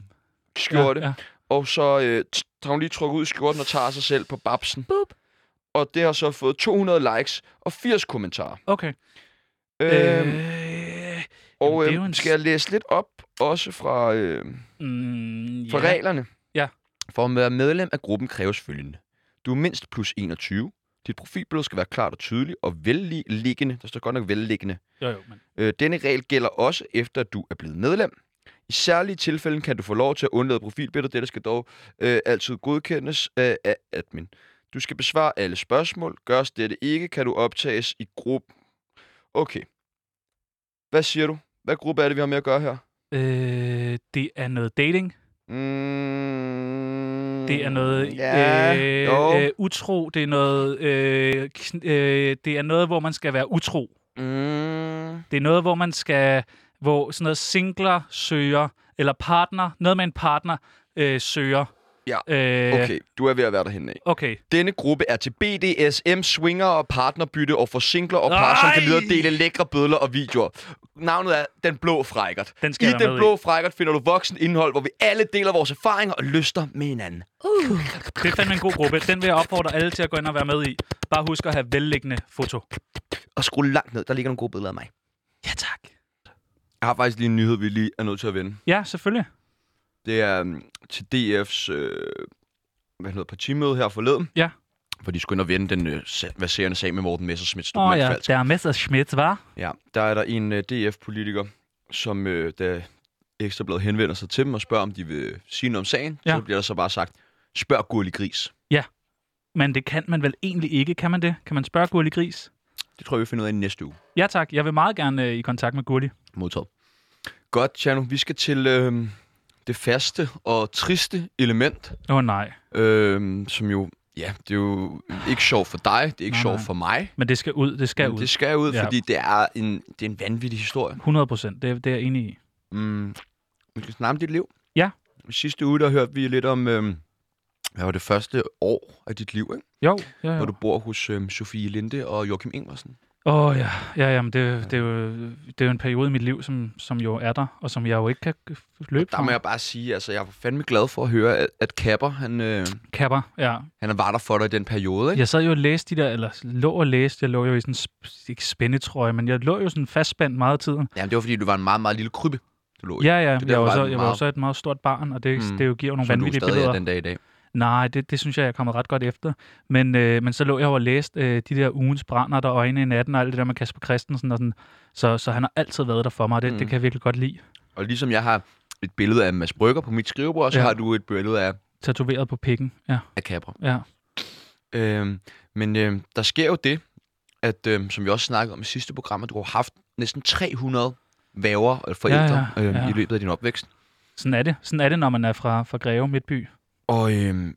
S1: skjorte.
S2: Ja, ja.
S1: Og så øh, t- har hun lige trukket ud i skjorten og tager sig selv på babsen. Boop. Og det har så fået 200 likes og 80 kommentarer.
S2: Okay.
S1: Øhm,
S2: Øh, jamen,
S1: og
S2: det er
S1: øh,
S2: jo en-
S1: skal jeg læse lidt op, også fra... Øh,
S2: mm,
S1: For
S2: ja.
S1: reglerne.
S2: Ja.
S1: For at være medlem af gruppen kræves følgende. Du er mindst plus 21. Dit profilbillede skal være klart og tydeligt og velliggende. Der står godt nok velliggende.
S2: Jo, jo, men
S1: Øh, denne regel gælder også efter, at du er blevet medlem. I særlige tilfælde kan du få lov til at undlade profilbilleder. Dette skal dog øh, altid godkendes øh, af admin. Du skal besvare alle spørgsmål. Gørs dette ikke, kan du optages i gruppen. Okay. Hvad siger du? Hvad gruppe er det, vi har med at gøre her?
S2: øh, det er noget dating.
S1: Mm,
S2: Det er noget
S1: Ja, jo.
S2: øh, øh, utro. Det er noget, øh, kn- øh, det er noget, hvor man skal være utro.
S1: Mm,
S2: Det er noget, hvor man skal, hvor sådan noget singler søger, eller partner, noget med en partner øh, søger.
S1: Ja,
S2: øh,
S1: okay, du er ved at være derhen af.
S2: Okay.
S1: Denne gruppe er til BDSM, swinger og partnerbytte og for singler og par, som
S2: Ej!
S1: kan lide at dele lækre bødler og videoer. Navnet er Den Blå Frækkert.
S2: Den skal
S1: I
S2: jeg være
S1: Den
S2: med
S1: Blå Frækkert finder du voksen indhold, hvor vi alle deler vores erfaringer og lyster med hinanden.
S2: Det er fandme en god gruppe. Den vil jeg opfordre alle til at gå ind og være med i. Bare husk at have velliggende foto.
S1: Og skrulle langt ned, der ligger nogle gode billeder af mig.
S2: Ja, tak.
S1: Jeg har faktisk lige en nyhed, vi lige er nødt til at vende.
S2: Ja, selvfølgelig.
S1: Det er øhm, til DF's øh, hvad hedder, partimøde her forleden.
S2: Ja.
S1: Hvor de skulle ind og vende den øh, sa- verserende sag med Morten Messersmiths
S2: Åh oh, ja,
S1: dokumentfalsk.
S2: der er Messerschmidt, var.
S1: Ja, der er der en uh, DF-politiker, som uh, da Ekstrabladet henvender sig til dem og spørger, om de vil sige noget om sagen,
S2: Ja.
S1: ja. så bliver der så bare sagt, spørg Gurli Gris.
S2: Men det kan man vel egentlig ikke, kan man det? Kan man spørge Gurli Gris?
S1: Det tror jeg, vi finder ud af i næste uge.
S2: Ja tak, jeg vil meget gerne øh, i kontakt med Gurli.
S1: Modtaget. Godt, Tjerno. Vi skal til øh, det faste og triste element,
S2: Åh oh, nej,
S1: øh, som jo, ja, det er jo ikke sjovt for dig, det er ikke
S2: Nej,
S1: sjovt
S2: nej.
S1: for mig.
S2: men det skal ud, det skal
S1: men
S2: ud.
S1: Det skal ud,
S2: Ja.
S1: ja. fordi det er, en, det er en vanvittig historie.
S2: 100 procent, det, er- det er jeg enig i.
S1: Mm, vi skal snakke om dit liv.
S2: Ja.
S1: I sidste uge, der hørte vi lidt om, øh, hvad var det første år af dit liv, ikke?
S2: Jo, ja,
S1: Ja.
S2: ja.
S1: Hvor du bor hos øh, Sofie Linde og Joachim Ingersen.
S2: Åh oh, ja, ja jamen, det, det, er jo, det er jo en periode i mit liv, som, som jo er der, og som jeg jo ikke kan løbe
S1: Der må
S2: fra.
S1: jeg bare sige, altså jeg var fandme glad for at høre, at, at Kapper, han, øh,
S2: Kapper, ja.
S1: han var der for dig i den periode, ikke?
S2: Jeg sad jo og læste de der, eller lå og læste, jeg lå jo i sådan, en sp- ikke spændetrøje, men jeg lå jo sådan fastspændt meget af tiden.
S1: Ja. Jamen, det var fordi, du var en meget, meget lille krybbe, du lå i.
S2: Ja, ja,
S1: derfor,
S2: jeg var,
S1: var
S2: så,
S1: det
S2: jeg var jo
S1: meget-
S2: så et meget stort barn, og det,
S1: Mm.
S2: mm. det jo giver jo nogle
S1: som du
S2: vanvittige
S1: stadig
S2: billeder.
S1: er den dag i dag.
S2: Nej, det, det synes jeg, jeg er kommet ret godt efter. Men, øh, men så lå jeg jo og læste øh, de der ugens brænder, der øjne i natten, og alt det der med Kasper Christensen. Og sådan. Så, så han har altid været der for mig, og det, mm. det kan jeg virkelig godt lide.
S1: Og ligesom jeg har et billede af Mads Brygger på mit skrivebord, så
S2: Ja.
S1: har du et billede af,
S2: Tatoveret på pikken, ja.
S1: af Kapper.
S2: ja.
S1: Øhm, men øhm, der sker jo det, at øhm, som vi også snakkede om i sidste program, at du har haft næsten 300 væver eller forældre
S2: Ja,
S1: ja, ja,
S2: ja,
S1: øhm,
S2: ja.
S1: i løbet af din opvækst.
S2: Sådan er det. Sådan er det, når man er fra, fra Greve Midtby.
S1: Og øhm,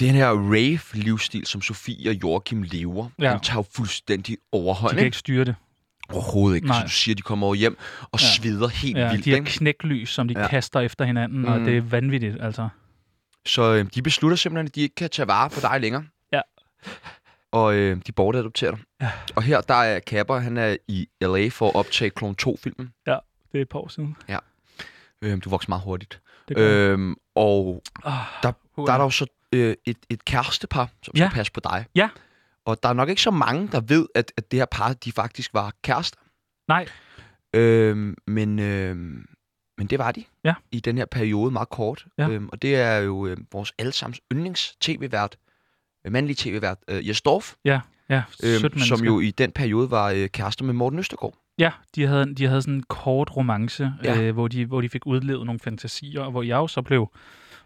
S1: den her rave-livsstil, som Sofie og Joachim lever,
S2: Ja.
S1: ja. den tager jo fuldstændig
S2: De
S1: overhånd.
S2: kan
S1: Ikke?
S2: ikke styre det.
S1: Overhovedet ikke.
S2: Nej.
S1: Så du siger, at de kommer over hjem og
S2: Ja.
S1: ja. sveder helt ja,
S2: Ja,
S1: vildt.
S2: de har
S1: ikke?
S2: knæklys, som de ja.
S1: Ja.
S2: kaster efter hinanden, og
S1: Mm.
S2: det er vanvittigt, altså.
S1: Så øhm, de beslutter simpelthen, at de ikke kan tage vare på dig længere.
S2: Ja.
S1: Og øh, de bortadopterer dig. Ja. Og her der er Kapper, han er i L.A. for at optage Klon 2-filmen.
S2: Det er et par år siden.
S1: Øhm, du vokser meget hurtigt.
S2: Det gør jeg.
S1: Øhm, og
S2: Ah,
S1: der,
S2: puha.
S1: der er der jo så øh, et, et kærestepar, som
S2: Ja.
S1: skal passe på dig.
S2: Ja.
S1: Og der er nok ikke så mange, der ved, at, at det her par, de faktisk var kærester.
S2: Nej.
S1: Øhm, men, øhm, men det var de.
S2: Ja.
S1: I den her periode, meget kort.
S2: Ja.
S1: Øhm, og det er jo øh, vores allesammens yndlings-tv-vært, øh, mandlige tv-vært, øh, Jes Dorf,
S2: Ja, sødt
S1: øhm,
S2: menneske.
S1: som jo i den periode var øh, kærester med Morten Østergaard.
S2: Ja, de havde, de havde sådan en kort romance, ja.
S1: Ja.
S2: øh, hvor, de, hvor de fik udlevet nogle fantasier, og hvor jeg jo så blev,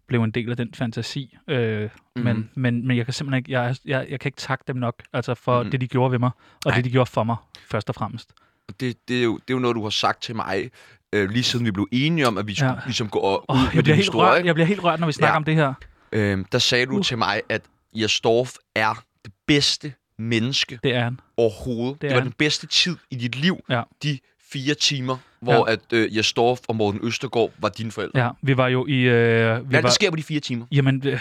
S2: blev en del af den fantasi. Øh,
S1: Mhm.
S2: mm-hmm. men, men, men jeg kan simpelthen ikke, jeg, er- jeg, jeg kan ikke takke dem nok altså for mm-hmm.
S1: Mhm.
S2: det, de gjorde ved mig, og
S1: Nej.
S2: det, de gjorde for mig, først og fremmest.
S1: Og det, det, er jo, det er jo noget, du har sagt til mig, øh, lige siden vi blev enige om, at vi skulle
S2: Ja.
S1: ja. ligesom gå ud
S2: Oh,
S1: i
S2: jeg, bliver
S1: den
S2: helt
S1: historie.
S2: rørt,
S1: ikke?
S2: jeg bliver helt rørt, når vi snakker ja.
S1: Ja.
S2: om det her.
S1: Øhm, der sagde du
S2: Uh.
S1: uh. til mig, at Jastorf er det bedste menneske
S2: Det er han.
S1: overhovedet.
S2: Det
S1: Det,
S2: er
S1: det var
S2: han.
S1: den bedste tid i dit liv,
S2: Ja.
S1: de fire timer, hvor ja. at øh, Jastorf og Morten Østergaard var dine forældre.
S2: Ja, vi var jo i... Øh, vi
S1: Hvad er det,
S2: var,
S1: der sker på de fire timer?
S2: Jamen, øh,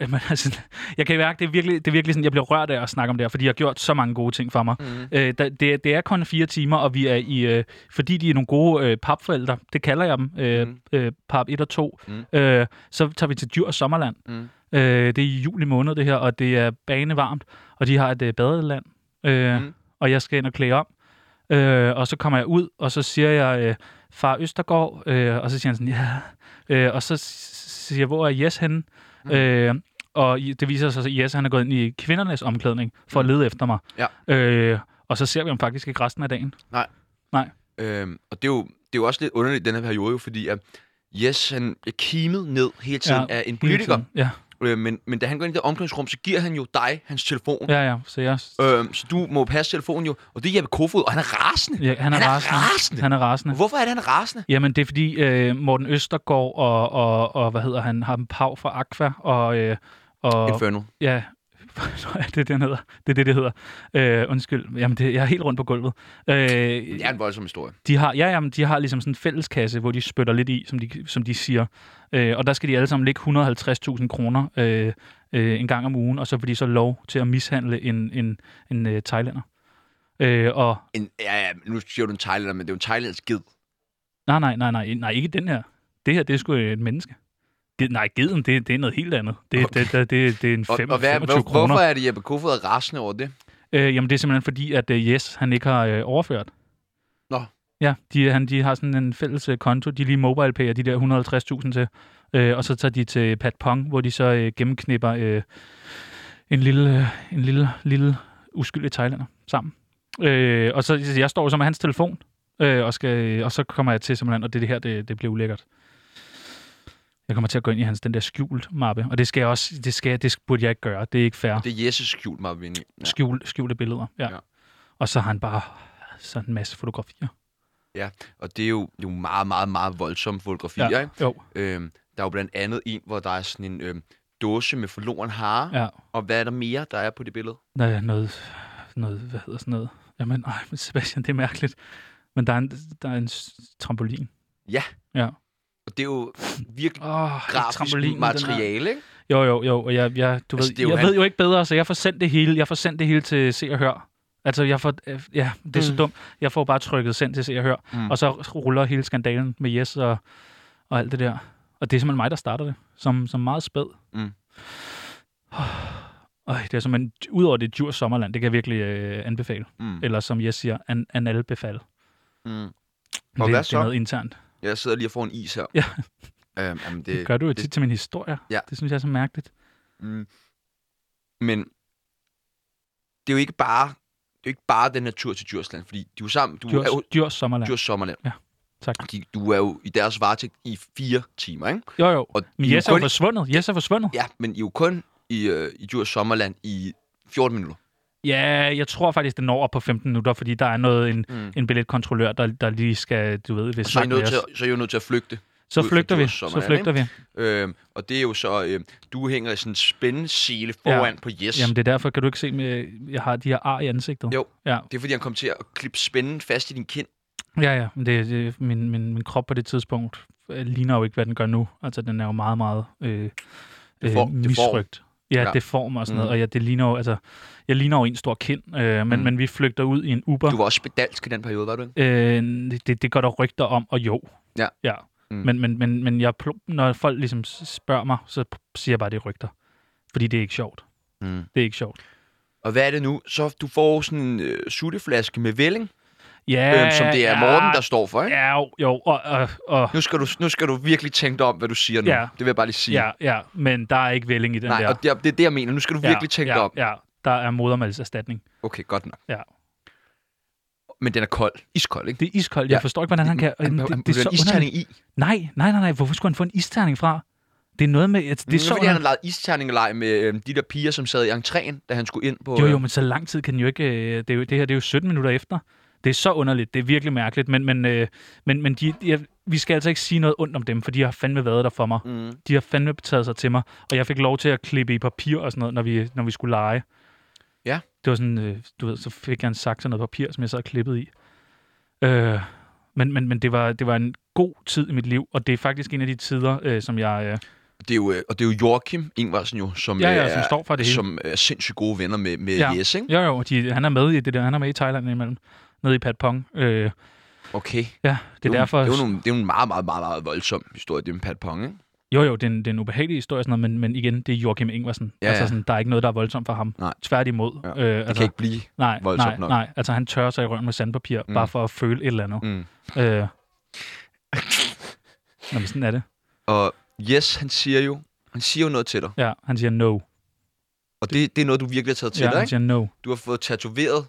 S2: jamen altså, jeg kan mærke, det er virkelig, det er virkelig sådan, jeg bliver rørt af at snakke om det her, fordi jeg har gjort så mange gode ting for mig.
S1: Mhm.
S2: Mm. Øh, der, det, det er kun fire timer, og vi er i, øh, fordi de er nogle gode øh, papforældre, det kalder jeg dem, øh, mm.
S1: Mhm.
S2: øh, pap 1 og 2, mm.
S1: Mhm.
S2: øh, så tager vi til Dyr og Sommerland. Mm.
S1: Mhm.
S2: Øh, det er i juli måned, det her, og det er banevarmt, og de har et øh, badeland, øh, mm.
S1: Mhm.
S2: og jeg skal ind og klæde om. Øh, og så kommer jeg ud, og så siger jeg, øh, far Østergaard, øh, og så siger han sådan, ja. Øh, og så s- siger jeg, hvor er Jes henne? Mm. Øh, og i- det viser sig, at Jes han er gået ind i kvindernes omklædning for at lede efter mig.
S1: Mm. Ja.
S2: Øh, og så ser vi ham faktisk ikke resten af dagen.
S1: Øhm, og det er, jo, det er jo også lidt underligt i den her periode, jo, fordi at Jes, han blev kimet ned hele tiden
S2: Ja,
S1: ja, af en politiker,
S2: Ja,
S1: Øh, men, men da han går ind i det omklædningsrum, så giver han jo dig hans telefon.
S2: Ja, ja, så jeg...
S1: Øh, så du må passe telefonen jo. Og det er Jeppe Kofod, og han er rasende.
S2: Ja, han er,
S1: han er
S2: rasende.
S1: rasende.
S2: Han er rasende.
S1: Hvorfor er det, han er rasende?
S2: Jamen, det er fordi øh, Morten Østergaard og, og, og, hvad hedder han, ham Pau fra Aqua og... Øh, og
S1: Inferno.
S2: Ja, Nå, ja, det er det, han hedder. Det er det, det hedder. Øh, undskyld, jamen det, jeg er helt rundt på gulvet. Øh,
S1: Det er en voldsom historie.
S2: de har, ja, jamen, de har ligesom sådan en fælleskasse, hvor de spytter lidt i, som de, som de siger. Øh, og der skal de alle sammen ligge 150.000 kroner øh, øh, en gang om ugen, og så får de så lov til at mishandle en, en, en øh, thailander. Øh, og
S1: En, ja, ja, nu siger du en thailander, men det er jo en thailandsk ged.
S2: nej, nej, nej, nej, nej, ikke den her. Det her, det er sgu øh, et menneske. Det, nej, geden, det, det er noget helt andet. Det, det, det, det, det er en
S1: Og,
S2: 5,
S1: og hvad,
S2: 25
S1: hvor,
S2: kroner.
S1: hvorfor er det, Jeppe Kofod er rasende over det?
S2: Øh, jamen, det er simpelthen fordi, at øh, Yes, han ikke har øh, overført.
S1: Nå.
S2: Ja, de, han, de har sådan en fælles øh, konto. De lige mobile payer de der 150.000 til. Øh, og så tager de til Pat Pong, hvor de så øh, gennemknipper øh, en lille, øh, en lille, lille uskyldig thailander sammen. Øh, og så jeg står jo så med hans telefon, øh, og, skal, og så kommer jeg til simpelthen, og det, er det her, det, det bliver ulækkert. Jeg kommer til at gå ind i hans den der skjult mappe, og det skal jeg også, det, skal, det burde jeg ikke gøre. Det er ikke fair
S1: Det er Jesses skjult mappe, vi er inde i.
S2: ja. skjul, skjulte billeder. Ja.
S1: Ja.
S2: ja. Og så har han bare sådan en masse fotografier.
S1: Og det er jo, det er jo meget, meget, meget voldsomme fotografier, ja. ikke?
S2: Jo,
S1: Øhm, der er jo blandt andet en, hvor der er sådan en øhm, dåse med forloren hare.
S2: ja.
S1: Og hvad er der mere, der er på det billede?
S2: Der er noget, noget, hvad hedder sådan noget? Jamen, nej, men Sebastian, det er mærkeligt. Men der er en, der er en s- trampolin.
S1: Og det er jo virkelig
S2: Åh, oh,
S1: grafisk materiale, ikke?
S2: Jo, jo, jo. Og jeg, jeg,
S1: Altså,
S2: du altså,
S1: det er
S2: ved,
S1: jo
S2: jeg
S1: han-
S2: ved jo ikke bedre, så jeg får sendt det hele. Jeg får sendt det hele til Se og Hør. Altså, jeg får, øh, ja, det er så dumt. Jeg får bare trykket sendt til Se og Hør.
S1: Mm.
S2: Mm. Og så ruller hele skandalen med Yes og, og alt det der. Og det er simpelthen mig, der starter det. Som, som meget spæd.
S1: Mm.
S2: Øj, det er simpelthen, udover det djurs sommerland, det kan jeg virkelig øh, anbefale.
S1: Mm.
S2: Eller som Jes siger, an, analbefal.
S1: Mm.
S2: Men
S1: Og
S2: det,
S1: hvad
S2: Det
S1: så?
S2: er noget internt.
S1: Jeg sidder lige og får en is her.
S2: Ja.
S1: Øhm, jamen,
S2: Det
S1: det,
S2: gør du jo
S1: det-
S2: tit til min historie.
S1: Ja.
S2: Det synes jeg er så mærkeligt.
S1: Mm. Men det er jo ikke bare, det er jo ikke bare den her tur til Djursland, fordi de er jo sammen, du
S2: Djurs,
S1: er jo
S2: djurs sommerland.
S1: Djurs Sommerland.
S2: Ja, tak.
S1: De, du er jo i deres varetægt i fire timer, ikke?
S2: Jo, jo.
S1: Og
S2: Men
S1: I er
S2: Jes er jo
S1: kun-
S2: forsvundet. Jes er forsvundet.
S1: Ja, men I er jo kun i, øh, i Djurs Sommerland i 14 minutter.
S2: Ja, jeg tror faktisk, det når op på 15 minutter, fordi der er noget en,
S1: Mm.
S2: mm. en billetkontrollør, der, der lige skal, du ved, hvis
S1: Så er, I
S2: snakke
S1: nødt
S2: med
S1: til
S2: os.
S1: at, så er I jo nødt til at flygte. ud
S2: Så
S1: fra
S2: flygter vi.
S1: Djurs
S2: Så
S1: Sommerland,
S2: flygter vi.
S1: Øhm, og det er jo så, øh, du hænger i sådan en spændesele foran ja. på Jes.
S2: Jamen, det er derfor, kan du ikke se, med, jeg har de her ar i ansigtet.
S1: Jo.
S2: Ja,
S1: Det er fordi, han kom til at klippe spænden fast i din kind.
S2: ja, ja. men Det, det, min, min, min krop på det tidspunkt øh, ligner jo ikke, hvad den gør nu. Altså, den er jo meget, meget øh,
S1: Det får-
S2: øh,
S1: det får-
S2: misrygt. Ja,
S1: Ja.
S2: det form og sådan noget.
S1: Mm.
S2: Og ja, det ligner jo, altså, jeg ligner jo en stor kind, øh, men,
S1: Mm.
S2: mm. men vi flygter ud i en Uber.
S1: Du var også spedalsk i den periode, var du ikke?
S2: Øh, det, det går der rygter om, og jo.
S1: Ja.
S2: ja.
S1: Mm.
S2: Mm. Men, men, men, men jeg, pl- når folk ligesom s- spørger mig, så p- siger jeg bare, det er rygter. Fordi det er ikke sjovt.
S1: Mm.
S2: Det er ikke sjovt.
S1: Og hvad er det nu? Så du får sådan en øh, sutteflaske med velling,
S2: Ja,
S1: øhm, som det er Morten, der står for, ikke?
S2: Ja, jo, jo og, og, og,
S1: Nu skal, du, nu skal du virkelig tænke dig om, hvad du siger nu.
S2: Ja.
S1: Det vil jeg bare lige sige.
S2: ja, ja, men der er ikke vælling i den
S1: Nej,
S2: der.
S1: og det, er- det er det, jeg mener. Nu skal du
S2: ja,
S1: virkelig tænke
S2: ja,
S1: dig om.
S2: Ja, der er modermælserstatning.
S1: Okay, godt nok.
S2: Ja.
S1: Men den er kold. Iskold, ikke?
S2: Det er iskoldt.
S1: Ja.
S2: Jeg forstår ikke, hvordan han kan...
S1: Han,
S2: Jamen,
S1: han,
S2: det,
S1: han,
S2: det er så
S1: en isterning
S2: underligt.
S1: i.
S2: Nej, nej, nej, nej. Hvorfor skulle han få en isterning fra? Det er noget med... Altså,
S1: Det
S2: det er
S1: er
S2: så
S1: fordi, han har
S2: underligt.
S1: lavet isterningeleg med øhm, de der piger, som sad i entréen, da han skulle ind på...
S2: Jo, jo,
S1: øh,
S2: men så lang tid kan den jo ikke... øh, Det, er jo, det her det er jo 17 minutter efter. Det er så underligt. Det er virkelig mærkeligt. Men, men, øh, men, men de, jeg, vi skal altså ikke sige noget ondt om dem, for de har fandme været der for mig.
S1: Mm.
S2: De har fandme taget sig til mig. Og jeg fik lov til at klippe i papir og sådan noget, når vi, når vi skulle lege.
S1: Ja.
S2: Det var sådan, øh, du ved, så fik jeg en saks og noget papir, som jeg så og klippede i. Øh, men men, men det, var, det var en god tid i mit liv, og det er faktisk en af de tider, øh, som jeg... Øh,
S1: Det er jo, øh, og det er jo Joachim Ingvarsen jo, som,
S2: ja,
S1: øh,
S2: ja, som står for det hele.
S1: som er sindssygt gode venner med, med
S2: Ja.
S1: Jes, ikke?
S2: Jo, jo, de, han er med i det der. Han er med i Thailand imellem. Nede i Pat Pong. Øh,
S1: Okay.
S2: ja, det er
S1: jo-
S2: derfor...
S1: Det er jo nogle, det er jo en meget, meget, meget, meget voldsom historie, det med Pat Pong, ikke?
S2: Jo, jo, det er en, det er en ubehagelig historie, og sådan noget, men, men igen, det er Joachim Ingvarsen.
S1: Ja,
S2: Ja, altså,
S1: ja.
S2: sådan, der er ikke noget, der er voldsomt for ham.
S1: Nej.
S2: Tværtimod.
S1: Ja.
S2: Øh, altså,
S1: Det kan ikke blive.
S2: nej,
S1: voldsomt
S2: nej,
S1: nok.
S2: nej. Altså, han tørrer sig i røven med sandpapir,
S1: Mm.
S2: mm. bare for at føle et eller andet.
S1: Mm.
S2: Mm. Øh. Nå, men sådan er det.
S1: Og Jes, han siger jo, han siger jo noget til dig.
S2: Ja, han siger no.
S1: Og det, det er noget, du virkelig har taget til
S2: ja,
S1: dig,
S2: han
S1: ikke?
S2: siger no.
S1: Du har fået tatoveret.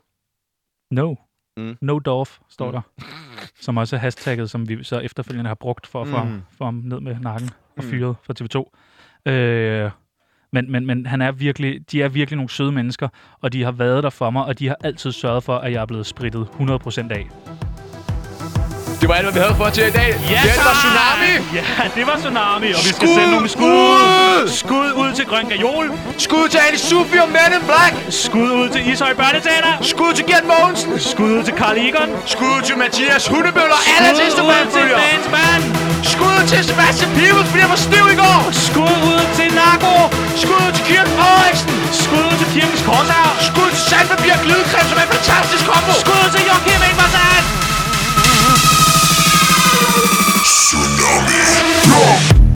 S2: No.
S1: Mm.
S2: Mm. No Dorf, står mm. der. Som også er hashtagget, som vi så efterfølgende har brugt for at få,
S1: Mm.
S2: ham, få ham ned med nakken og
S1: Mm.
S2: fyret fra TV2. Øh, Men, men, men han er virkelig, de er virkelig nogle søde mennesker, og de har været der for mig, og de har altid sørget for, at jeg er blevet sprittet 100% af.
S5: Det var alt, hvad vi havde for til i dag. det var Tsunami.
S2: Ja, det var Tsunami, og vi skal
S5: Skud
S2: sende nogle skud.
S5: ud!
S2: Skud ud til Grøn Gajol.
S5: Skud til Ali Sufi og Men in Black.
S2: Skud ud til Ishøj Børneteater.
S5: Skud til Gert Mogensen.
S2: Skud ud til Karl Egon.
S5: Skud til Mathias Hundebøl og alle til
S2: Skud ud til
S5: Instagram-følger.
S2: Dagens Mand.
S5: Skud til Sebastian Pibels, fordi jeg var stiv i går.
S2: Skud ud til Narko.
S5: Skud til Kirsten Aarhusen.
S2: Skud ud til Kirkens Korsar.
S5: Skud til Sandpapir og Glidecreme, som er en fantastisk kombo.
S2: Skud ud til Joachim Ingvarsen.
S6: Tsunami. Rock.